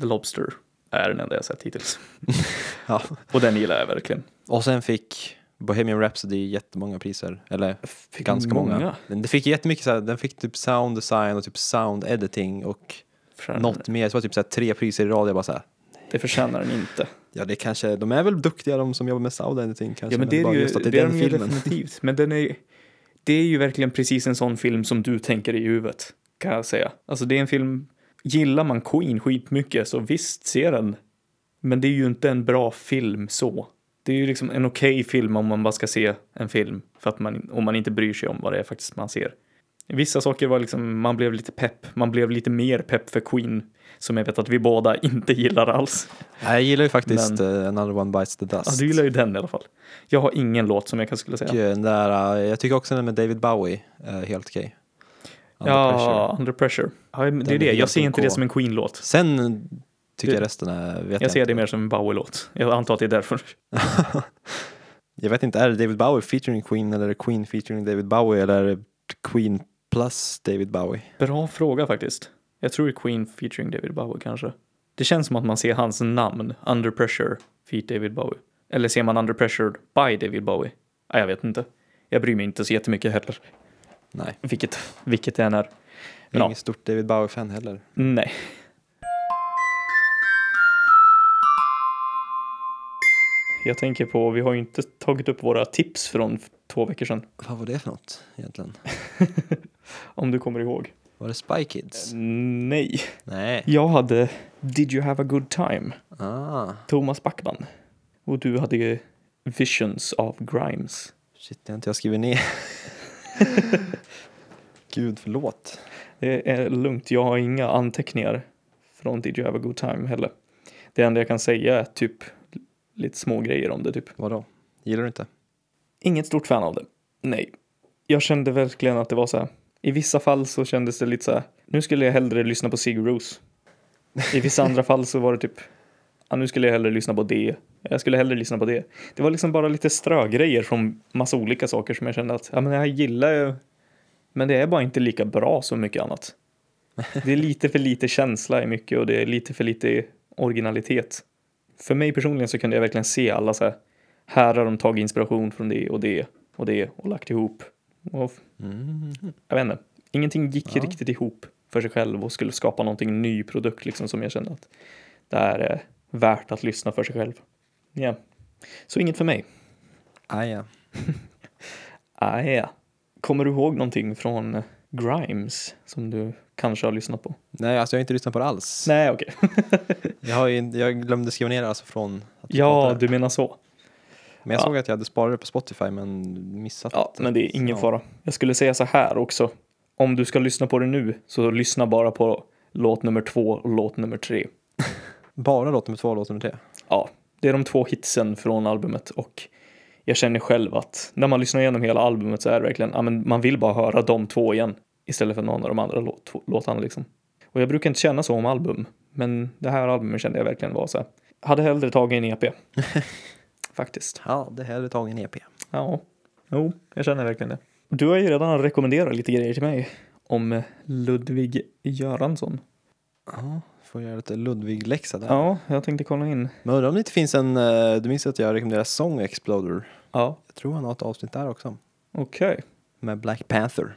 S1: The Lobster är den enda jag sett hittills.
S2: Ja.
S1: Och den gillar jag verkligen.
S2: Och sen fick Bohemian Rhapsody jättemånga priser. Eller ganska många. Den den fick jättemycket så här, den fick typ sound design och typ sound editing och
S1: Förtjänar
S2: något mer. Så var det typ så här tre priser i rad. Jag bara så här,
S1: Det förtjänar den inte.
S2: ja det kanske, de är väl duktiga de som jobbar med sound editing kanske.
S1: Ja men det är
S2: Alltså, bara
S1: ju,
S2: just att det är
S1: det är
S2: den
S1: de ju
S2: filmen.
S1: definitivt. Men den är, det är ju verkligen precis en sån film som du tänker i huvudet, kan jag säga. Alltså det är en film, gillar man Queen skitmycket så visst, se den. Men det är ju inte en bra film så. Det är ju liksom en okej film om man bara ska se en film, för att man, om man inte bryr sig om vad det är faktiskt man ser. Vissa saker var liksom, man blev lite pepp, man blev lite mer pepp för Queen, som jag vet att vi båda inte gillar alls.
S2: Nej, jag gillar ju faktiskt eh, Another One Bites the Dust.
S1: Ja, du gillar ju den i alla fall. Jag har ingen låt som jag kan skulle säga.
S2: Och, eh, den där, eh, jag tycker också den med David Bowie är helt okej. Under
S1: ja,
S2: pressure.
S1: Under Pressure. Ja, men det är
S2: Den är
S1: det. Jag
S2: helt
S1: ser inte det
S2: OK.
S1: som en Queen-låt.
S2: Sen tycker
S1: Det-
S2: jag resten är, vet
S1: Jag ser
S2: inte.
S1: det mer som en Bowie-låt. Jag antar att det är därför.
S2: Jag vet inte, är det David Bowie featuring Queen eller är det Queen featuring David Bowie eller är det Queen plus David Bowie?
S1: Bra fråga faktiskt. Jag tror det är Queen featuring David Bowie kanske. Det känns som att man ser hans namn, Under Pressure, feat David Bowie. Eller ser man Under Pressure by David Bowie? Nej, jag vet inte. Jag bryr mig inte så jättemycket heller.
S2: Nej,
S1: Vilket, vilket det än är.
S2: jag är
S1: Ja.
S2: ingen stort David Bowie-fan heller.
S1: Nej. Jag tänker på, vi har ju inte tagit upp våra tips från f- två veckor sedan.
S2: Vad var det för något egentligen?
S1: Om du kommer ihåg?
S2: Var det Spy Kids?
S1: Nej.
S2: Nej.
S1: Jag hade Did you have a good time?
S2: Ah,
S1: Thomas Backman. Och du hade ju Visions of Grimes.
S2: shit, det har inte jag skrivit ner. Gud, förlåt.
S1: Det är lugnt, jag har inga anteckningar från Did you have a good time heller. Det enda jag kan säga är typ lite små grejer om det typ.
S2: Vadå? Gillar du inte?
S1: Inget stort fan av det. Nej. Jag kände verkligen att det var så här. I vissa fall så kändes det lite så här. Nu skulle jag hellre lyssna på Sigur Rós. I vissa andra fall så var det typ. Ja, nu skulle jag hellre lyssna på det. Jag skulle hellre lyssna på det. Det var liksom bara lite strögrejer från massa olika saker som jag kände att ja, men jag gillar ju. Men det är bara inte lika bra som mycket annat. Det är lite för lite känsla i mycket och det är lite för lite originalitet. För mig personligen så kunde jag verkligen se alla så här här har de tagit inspiration från det och det och det och lagt ihop. Och
S2: Mm.
S1: jag vet inte, ingenting gick
S2: Ja.
S1: riktigt ihop för sig själv och skulle skapa någonting ny produkt liksom som jag kände att det här är värt att lyssna för sig själv. Ja, så inget för mig.
S2: Ah, ja.
S1: Ah, ja. Kommer du ihåg någonting från Grimes som du kanske har lyssnat på?
S2: Nej, alltså jag har inte lyssnat på det alls.
S1: Nej, okej.
S2: Jag, har ju, jag glömde skriva ner det alltså från att vi
S1: Ja,
S2: pratade.
S1: du menar så.
S2: Men jag
S1: ja.
S2: såg att jag hade sparat det på Spotify men missat
S1: Ja, men det är ingen
S2: Ja.
S1: fara. Jag skulle säga så här också. Om du ska lyssna på det nu, så lyssna bara på låt nummer två och låt nummer tre.
S2: Bara låt nummer två och låt nummer tre?
S1: Ja, det är de två hitsen från albumet och jag känner själv att när man lyssnar igenom hela albumet så är det verkligen, ja men man vill bara höra de två igen istället för någon av de andra låt, låtarna liksom. Och jag brukar inte känna så om album, men det här albumet kände jag verkligen var så här. Hade hellre tagit en EP. Faktiskt.
S2: Ja, det här är tagen E EP.
S1: Ja, jo, jag känner verkligen det. Du har ju redan rekommenderat lite grejer till mig om Ludvig Göransson.
S2: Ja, får göra lite Ludvig-läxa där.
S1: Ja, jag tänkte kolla in.
S2: Men undrar om det inte finns en, eh, du minns att jag rekommenderade Song Exploder?
S1: Ja,
S2: Jag tror han har ett avsnitt där också.
S1: okej.
S2: Med Black Panther.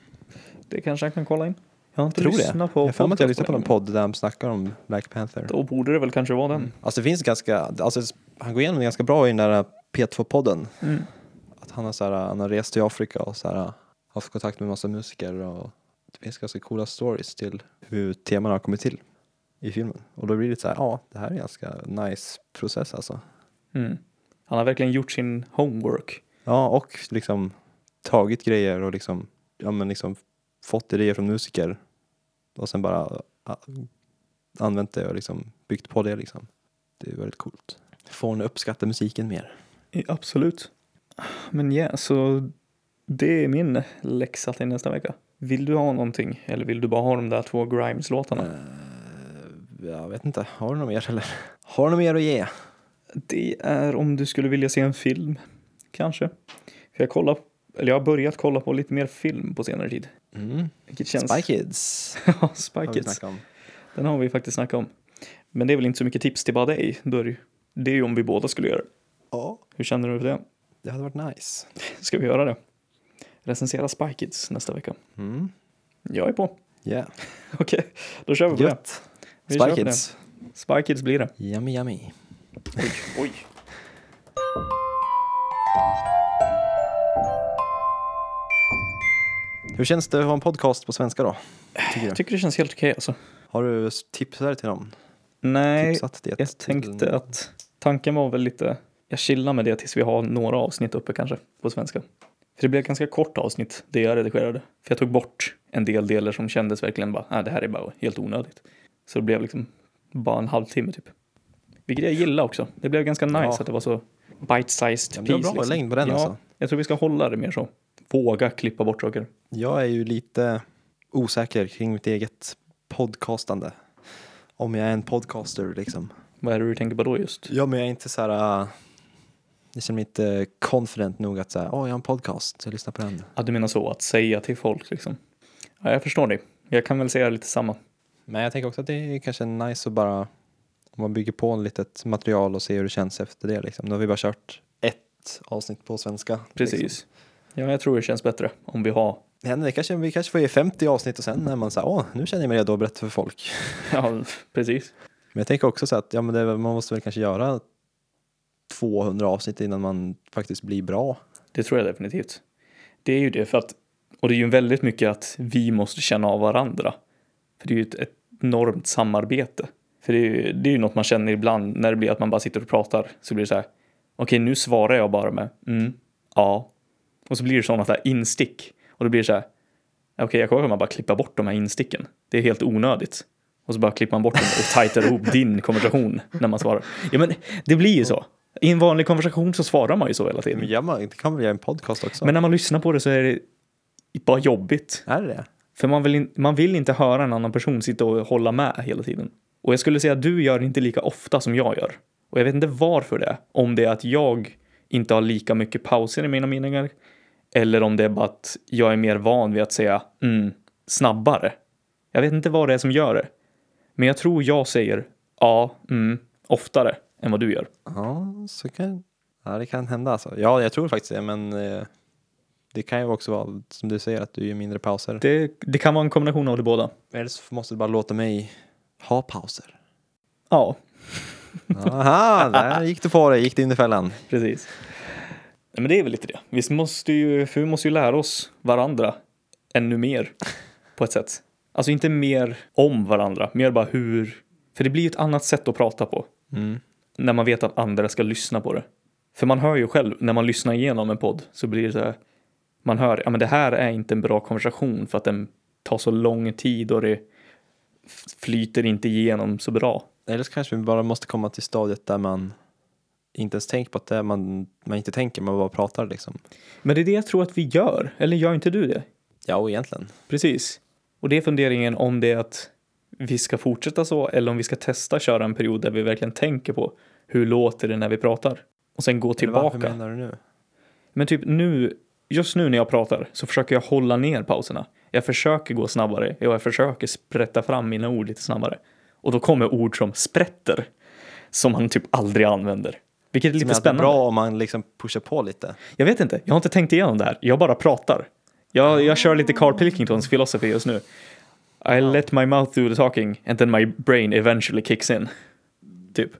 S1: Det kanske jag kan kolla in. Jag har inte
S2: Tror det.
S1: lyssnat på
S2: jag har för mig att jag
S1: podcast
S2: lyssnade på någon
S1: länge.
S2: podd där de snackar om Black Panther.
S1: Då borde det väl kanske vara den.
S2: Alltså det finns ganska, alltså han går igenom det ganska bra i den där P2-podden.
S1: Mm.
S2: Att han har, så här, eh, han har rest till Afrika och så här, haft kontakt med massa musiker och det finns ganska coola stories till hur teman har kommit till i filmen. Och då blir det så här, ja, det här är en ganska nice process alltså.
S1: Mm. Han har verkligen gjort sin homework.
S2: Ja, och liksom tagit grejer och liksom, ja, men liksom fått idéer från musiker och sen bara ja, använt det och liksom byggt på det liksom. Det är väldigt coolt. Får en uppskatta musiken mer.
S1: Absolut. Men ja, så det är min läxa till nästa vecka. Vill du ha någonting eller vill du bara ha de där två Grimes-låtarna?
S2: Jag vet inte, har du något mer eller? Har du något mer att ge?
S1: Det är om du skulle vilja se en film, kanske. För jag kollar, eller jag har börjat kolla på lite mer film på senare tid.
S2: Mm.
S1: Vilket känns...
S2: Spy Kids.
S1: ja,
S2: har
S1: Spy
S2: vi
S1: Kids.
S2: snackat om.
S1: Den har vi faktiskt snackat om. Men det är väl inte så mycket tips till bara dig. Då är det, ju- det är ju om vi båda skulle göra det.
S2: Ja,
S1: Hur känner du för det?
S2: det hade varit nice.
S1: Ska vi göra det? Recensera Spy Kids nästa vecka.
S2: Mm.
S1: Jag är på.
S2: Yeah.
S1: Okej, då kör vi på det.
S2: Gött.
S1: Vi kör
S2: Spy
S1: på
S2: Kids.
S1: Spy Kids blir det.
S2: Yummy yummy.
S1: Oj, oj.
S2: Hur känns det att ha en podcast på svenska då? Tycker du?
S1: Jag tycker det känns helt okej alltså.
S2: Har du tipsar till någon?
S1: Nej,
S2: Tipsat det
S1: jag
S2: till-
S1: tänkte att tanken var väl lite, jag chillar med det tills vi har några avsnitt uppe kanske på svenska. För det blev ett ganska kort avsnitt, det jag redigerade. För jag tog bort en del delar som kändes verkligen bara, nej det här är bara helt onödigt. Så det blev liksom bara en halvtimme typ. Vilket jag gillar också. Det blev ganska nice
S2: Ja.
S1: att det var så bite-sized liksom.
S2: Ja, men det var bra längd på den
S1: ja,
S2: alltså.
S1: Jag tror vi ska hålla det mer så. Våga klippa bort saker.
S2: Jag är ju lite osäker kring mitt eget podcastande. Om jag är en podcaster liksom.
S1: Vad är det du tänker på då just?
S2: Ja, men jag är inte så här... äh, Jag känner mig inte confident nog att säga, åh, jag har en podcast, så jag lyssnar på den.
S1: Ja, du menar så, att säga till folk liksom. Ja, jag förstår dig. Jag kan väl säga lite samma.
S2: Men jag tänker också att det är kanske nice att bara, om man bygger på en litet material och ser hur det känns efter det liksom. Nu har vi bara kört ett avsnitt på svenska.
S1: Precis.
S2: Liksom.
S1: Ja, jag tror det känns bättre om vi har
S2: Det händer, det kanske, vi kanske får ge 50 avsnitt och sen när man säger, åh, nu känner jag mig redo att berätta för folk.
S1: Ja, precis.
S2: Men jag tänker också så att ja, men det, man måste väl kanske göra 200 avsnitt innan man faktiskt blir bra.
S1: Det tror jag definitivt. Det är ju det för att, och det är ju väldigt mycket att vi måste känna av varandra. För det är ju ett, ett enormt samarbete. För det är, ju, det är ju något man känner ibland när det blir att man bara sitter och pratar så blir det så här. Okej, nu svarar jag bara med mm, ja. Och så blir det sådana där instick. Och då blir det så här. Okej, jag kommer att man bara klippa bort de här insticken. Det är helt onödigt. Och så bara klipper man bort dem och tajtar ihop din konversation när man svarar. Ja, men det blir ju så. I en vanlig konversation så svarar man ju så hela tiden.
S2: Men gör man, det kan man göra en podcast också?
S1: Men när man lyssnar på det så är det bara jobbigt.
S2: är det det?
S1: För man vill, in, man vill inte höra en annan person sitta och hålla med hela tiden. Och jag skulle säga att du gör det inte lika ofta som jag gör. Och jag vet inte varför det är. Om det är att jag inte har lika mycket pauser i mina meningar. Eller om det är bara att jag är mer van vid att säga mm, snabbare. Jag vet inte vad det är som gör det. Men jag tror jag säger ja, mm, oftare än vad du gör.
S2: Ja, så kan, ja, det kan hända alltså. Ja, jag tror faktiskt det, men eh, det kan ju också vara som du säger att du gör mindre pauser.
S1: Det, det kan vara en kombination av det båda.
S2: Eller så måste du bara låta mig ha pauser.
S1: Ja,
S2: Aha, där gick du på det, gick du in i fällan.
S1: Precis. Nej, men det är väl lite det. Vi måste ju, för vi måste ju lära oss varandra ännu mer på ett sätt. Alltså inte mer om varandra, mer bara hur. För det blir ju ett annat sätt att prata på
S2: Mm.
S1: när man vet att andra ska lyssna på det. För man hör ju själv när man lyssnar igenom en podd så blir det så här. Man hör, ja men det här är inte en bra konversation för att den tar så lång tid och det f- flyter inte igenom så bra.
S2: Eller så kanske vi bara måste komma till stadiet där man inte ens tänker på att det är man, man inte tänker, man bara pratar liksom.
S1: Men det är det jag tror att vi gör, eller gör inte du det?
S2: Ja, och egentligen.
S1: Precis. Och det är funderingen om det är att vi ska fortsätta så eller om vi ska testa köra en period där vi verkligen tänker på hur låter det när vi pratar och sen gå
S2: Eller varför
S1: tillbaka.
S2: menar du nu?
S1: Men typ nu, just nu när jag pratar så försöker jag hålla ner pauserna. Jag försöker gå snabbare och jag försöker sprätta fram mina ord lite snabbare. Och då kommer ord som sprätter som man typ aldrig använder. Vilket är
S2: Som
S1: lite
S2: är att det är
S1: spännande.
S2: bra om man liksom pushar på lite.
S1: Jag vet inte, jag har inte tänkt igenom det här. Jag bara pratar. Jag, jag kör lite Carl Pilkingtons filosofi just nu. I let my mouth do the talking and then my brain eventually kicks in. Typ.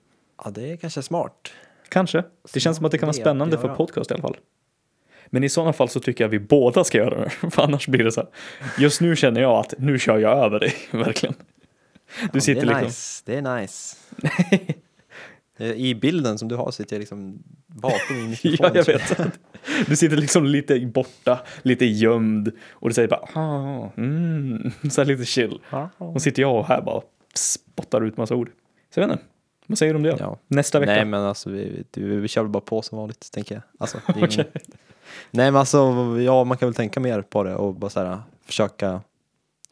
S2: Ja, det är kanske smart.
S1: Kanske. Det känns som att det kan vara
S2: det
S1: spännande för
S2: göra.
S1: podcast i alla fall. Men i sådana fall så tycker jag vi båda ska göra det. För annars blir det så här. Just nu känner jag att nu kör jag över dig, verkligen. Du sitter
S2: det är
S1: liksom...
S2: nice, det är nice. Eh, I bilden som du har sitter jag liksom bakom min mikrofon.
S1: Ja, jag vet. Du sitter liksom lite borta, lite gömd och du säger bara ah, mm, så här lite chill. Och sitter jag här bara spottar ut massa ord. Så jag vet inte, vad säger du om det?
S2: Ja.
S1: Nästa vecka?
S2: Nej men alltså vi, vi, vi kör väl bara på som vanligt tänker jag. Alltså, det är ingen...
S1: Okej.
S2: Nej men alltså ja, man kan väl tänka mer på det och bara så här, försöka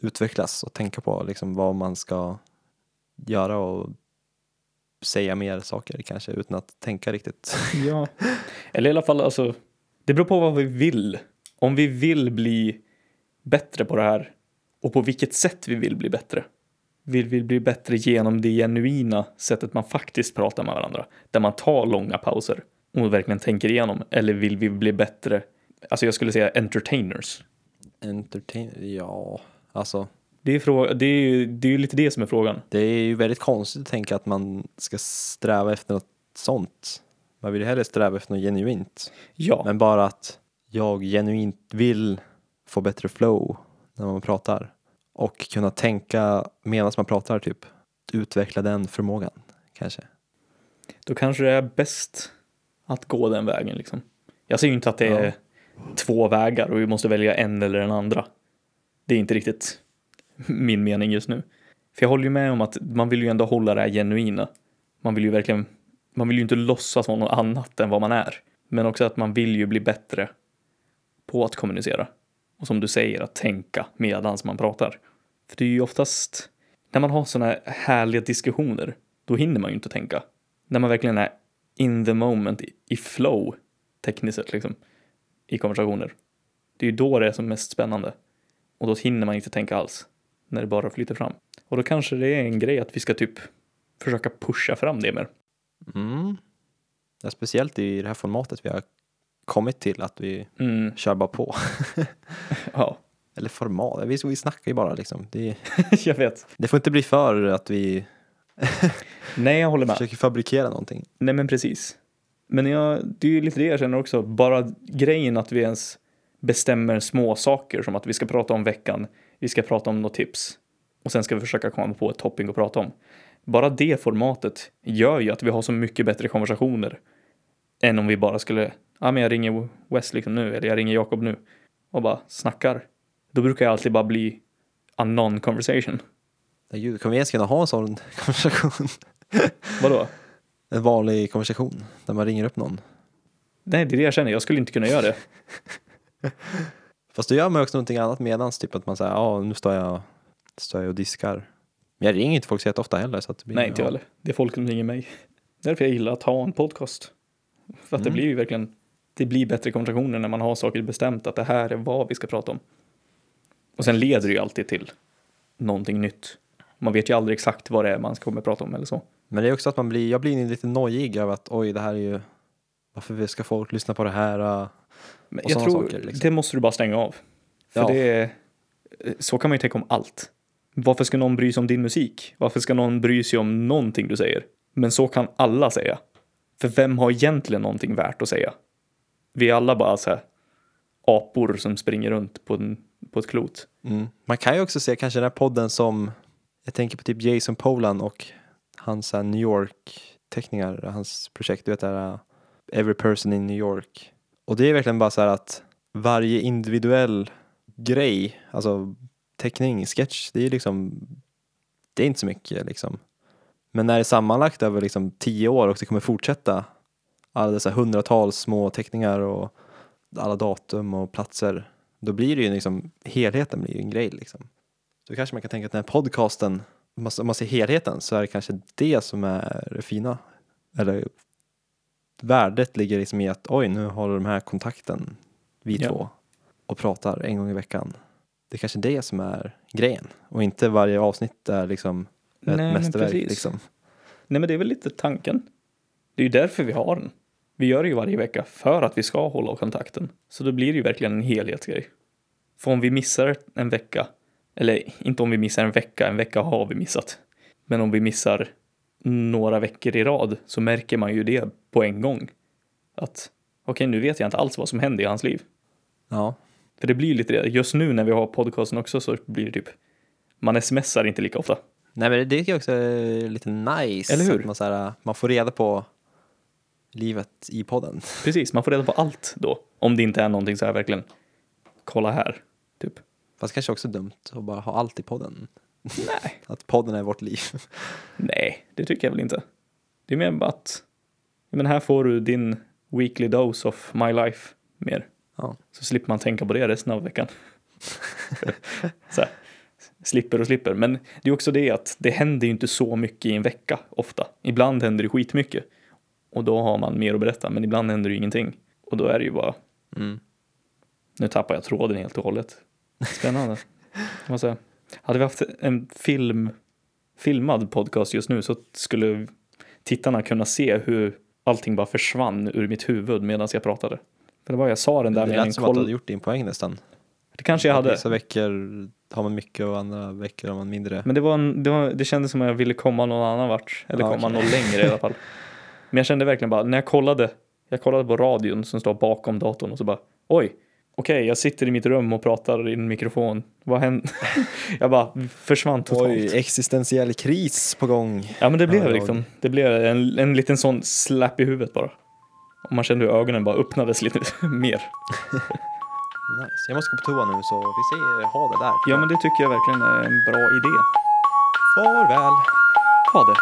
S2: utvecklas och tänka på liksom vad man ska göra och säga mer saker kanske utan att tänka riktigt.
S1: Ja. Eller i alla fall, alltså, det beror på vad vi vill. Om vi vill bli bättre på det här och på vilket sätt vi vill bli bättre. Vill vi bli bättre genom det genuina sättet man faktiskt pratar med varandra, där man tar långa pauser och verkligen tänker igenom? Eller vill vi bli bättre, alltså jag skulle säga entertainers?
S2: Entertain, ja, alltså
S1: Det är, frå- det är, ju- det är ju lite det som är frågan.
S2: det är ju väldigt konstigt att tänka att man ska sträva efter något sånt. Man vill ju hellre sträva efter något genuint.
S1: Ja,
S2: Men bara att jag genuint vill få bättre flow när man pratar. Och kunna tänka medan man pratar typ. Utveckla den förmågan kanske.
S1: då kanske det är bäst att gå den vägen liksom. Jag säger ju inte att det är
S2: Ja.
S1: två vägar och vi måste välja en eller den andra. Det är inte riktigt min mening just nu. För jag håller ju med om att man vill ju ändå hålla det här genuina. Man vill ju verkligen, man vill ju inte låtsas vara något annat än vad man är. Men också att man vill ju bli bättre på att kommunicera. Och som du säger, att tänka medans man pratar. För det är ju oftast, när man har sådana härliga diskussioner, då hinner man ju inte tänka. När man verkligen är in the moment, i- i flow, tekniskt sett liksom, i konversationer. Det är ju då det är som mest spännande. Och då hinner man inte tänka alls, när det bara flyter fram. Och då kanske det är en grej att vi ska typ försöka pusha fram det mer.
S2: Mm. Ja, speciellt i det här formatet vi har kommit till att vi
S1: Mm,
S2: kör bara på.
S1: ja,
S2: Eller format, vi, vi snackar ju bara liksom. Det,
S1: jag vet.
S2: det får inte bli för att vi
S1: Nej, jag håller med.
S2: försöker fabrikera någonting.
S1: Nej men precis. Men jag, det är ju lite det jag känner också. Bara grejen att vi ens bestämmer små saker som att vi ska prata om veckan, vi ska prata om något tips och sen ska vi försöka komma på ett topping att prata om. Bara det formatet gör ju att vi har så mycket bättre konversationer än om vi bara skulle, ja men jag ringer Wes liksom nu eller jag ringer Jakob nu och bara snackar. Då brukar jag alltid bara bli a non-conversation.
S2: Ja, gud, Kommer vi ens kunna ha en sån konversation?
S1: Vadå?
S2: En vanlig konversation där man ringer upp någon.
S1: Nej, det är det jag känner. Jag skulle inte kunna göra det.
S2: Fast då gör man ju också någonting annat medans, typ att man säger ja nu står jag, står jag och diskar. Men jag ringer inte folk så ofta heller. Så att det blir,
S1: Nej, inte jag
S2: ja.
S1: heller. Det är folk som ringer mig. Därför jag gillar att ha en podcast. För att det
S2: Mm.
S1: blir ju verkligen, det blir bättre konversationer när man har saker bestämt att det här är vad vi ska prata om. Och sen leder det ju alltid till någonting nytt. Man vet ju aldrig exakt vad det är man ska kommer prata om eller så.
S2: Men det är också att man blir, jag blir lite nojig över att oj det här är ju, varför ska folk lyssna på det här? äh?
S1: Men
S2: Och
S1: jag
S2: sådana
S1: tror,
S2: saker, liksom.
S1: det måste du bara stänga av. För
S2: Ja.
S1: det är, så kan man ju tänka om allt. Varför ska någon bry sig om din musik? Varför ska någon bry sig om någonting du säger? Men så kan alla säga. För vem har egentligen någonting värt att säga? Vi är alla bara så här apor som springer runt på, en, på ett klot.
S2: Mm. Man kan ju också se kanske den här podden som, jag tänker på typ Jason Polan och hans äh, New York-teckningar, hans projekt, du vet det här äh, Every person in New York. Och det är verkligen bara så här att varje individuell grej, alltså teckning, sketch, det är ju liksom, det är inte så mycket liksom. Men när det är sammanlagt över liksom tio år och det kommer fortsätta, alla dessa hundratals små teckningar och alla datum och platser, då blir det ju liksom, helheten blir ju en grej liksom. Då kanske man kan tänka att den här podcasten, om man- om man ser helheten så är det kanske det som är det fina. Eller värdet ligger liksom i att oj, nu har de här kontakten, vi
S1: Ja.
S2: två, och pratar en gång i veckan. Det är kanske det som är grejen och inte varje avsnitt är liksom ett
S1: Nej, men
S2: mästerverk.
S1: precis.
S2: Liksom.
S1: Nej, men det är väl lite tanken. Det är ju därför vi har den. Vi gör det ju varje vecka för att vi ska hålla kontakten. Så då blir det ju verkligen en helhetsgrej. För om vi missar en vecka, eller inte om vi missar en vecka, en vecka har vi missat. Men om vi missar några veckor i rad så märker man ju det på en gång. Att okej, nu vet jag inte alls vad som händer i hans liv.
S2: Ja,
S1: För det blir lite det. Just nu när vi har podcasten också så blir det typ, man smsar inte lika ofta.
S2: Nej men det tycker jag också är lite nice.
S1: Eller hur?
S2: Att man, så här, man får reda på livet i podden.
S1: Precis, man får reda på allt då. Om det inte är någonting så här verkligen, kolla här, typ.
S2: Fast kanske också dumt att bara ha allt i podden.
S1: Nej.
S2: Att podden är vårt liv.
S1: Nej, det tycker jag väl inte. Det är mer bara att, ja, men här får du din weekly dose of my life mer.
S2: Ja.
S1: Så slipper man tänka på det resten av veckan. så här, slipper och slipper. Men det är också det att det händer ju inte så mycket i en vecka ofta. Ibland händer det skitmycket. Och då har man mer att berätta, men ibland händer det ju ingenting. Och då är det ju bara,
S2: Mm.
S1: nu tappar jag tråden helt och hållet. Spännande. Jag måste säga. Hade vi haft en film, filmad podcast just nu så skulle tittarna kunna se hur allting bara försvann ur mitt huvud medan jag pratade. För det var jag sa den där
S2: Det
S1: meningen,
S2: lät som att du
S1: koll,
S2: hade gjort din poäng nästan.
S1: det kanske jag hade.
S2: Vissa veckor har man mycket och andra veckor har man mindre.
S1: Men det, var en, det, var, det kändes som att jag ville komma någon annan vart. Eller
S2: Ja,
S1: komma
S2: okej.
S1: någon längre i alla fall. Men jag kände verkligen bara, när jag kollade, jag kollade på radion som står bakom datorn och så bara, oj, okej, jag sitter i mitt rum och pratar i en mikrofon. Vad hände? jag bara försvann totalt.
S2: Oj, existentiell kris på gång.
S1: Ja, men det blev
S2: Ja, jag-
S1: liksom, det blev en, en liten sån slapp i huvudet bara. Och man kände hur ögonen bara öppnades lite mer.
S2: Nice. Jag måste gå på toa nu så vi ser, ha det där.
S1: Ja, men det tycker jag verkligen är en bra idé.
S2: Farväl!
S1: Ha det.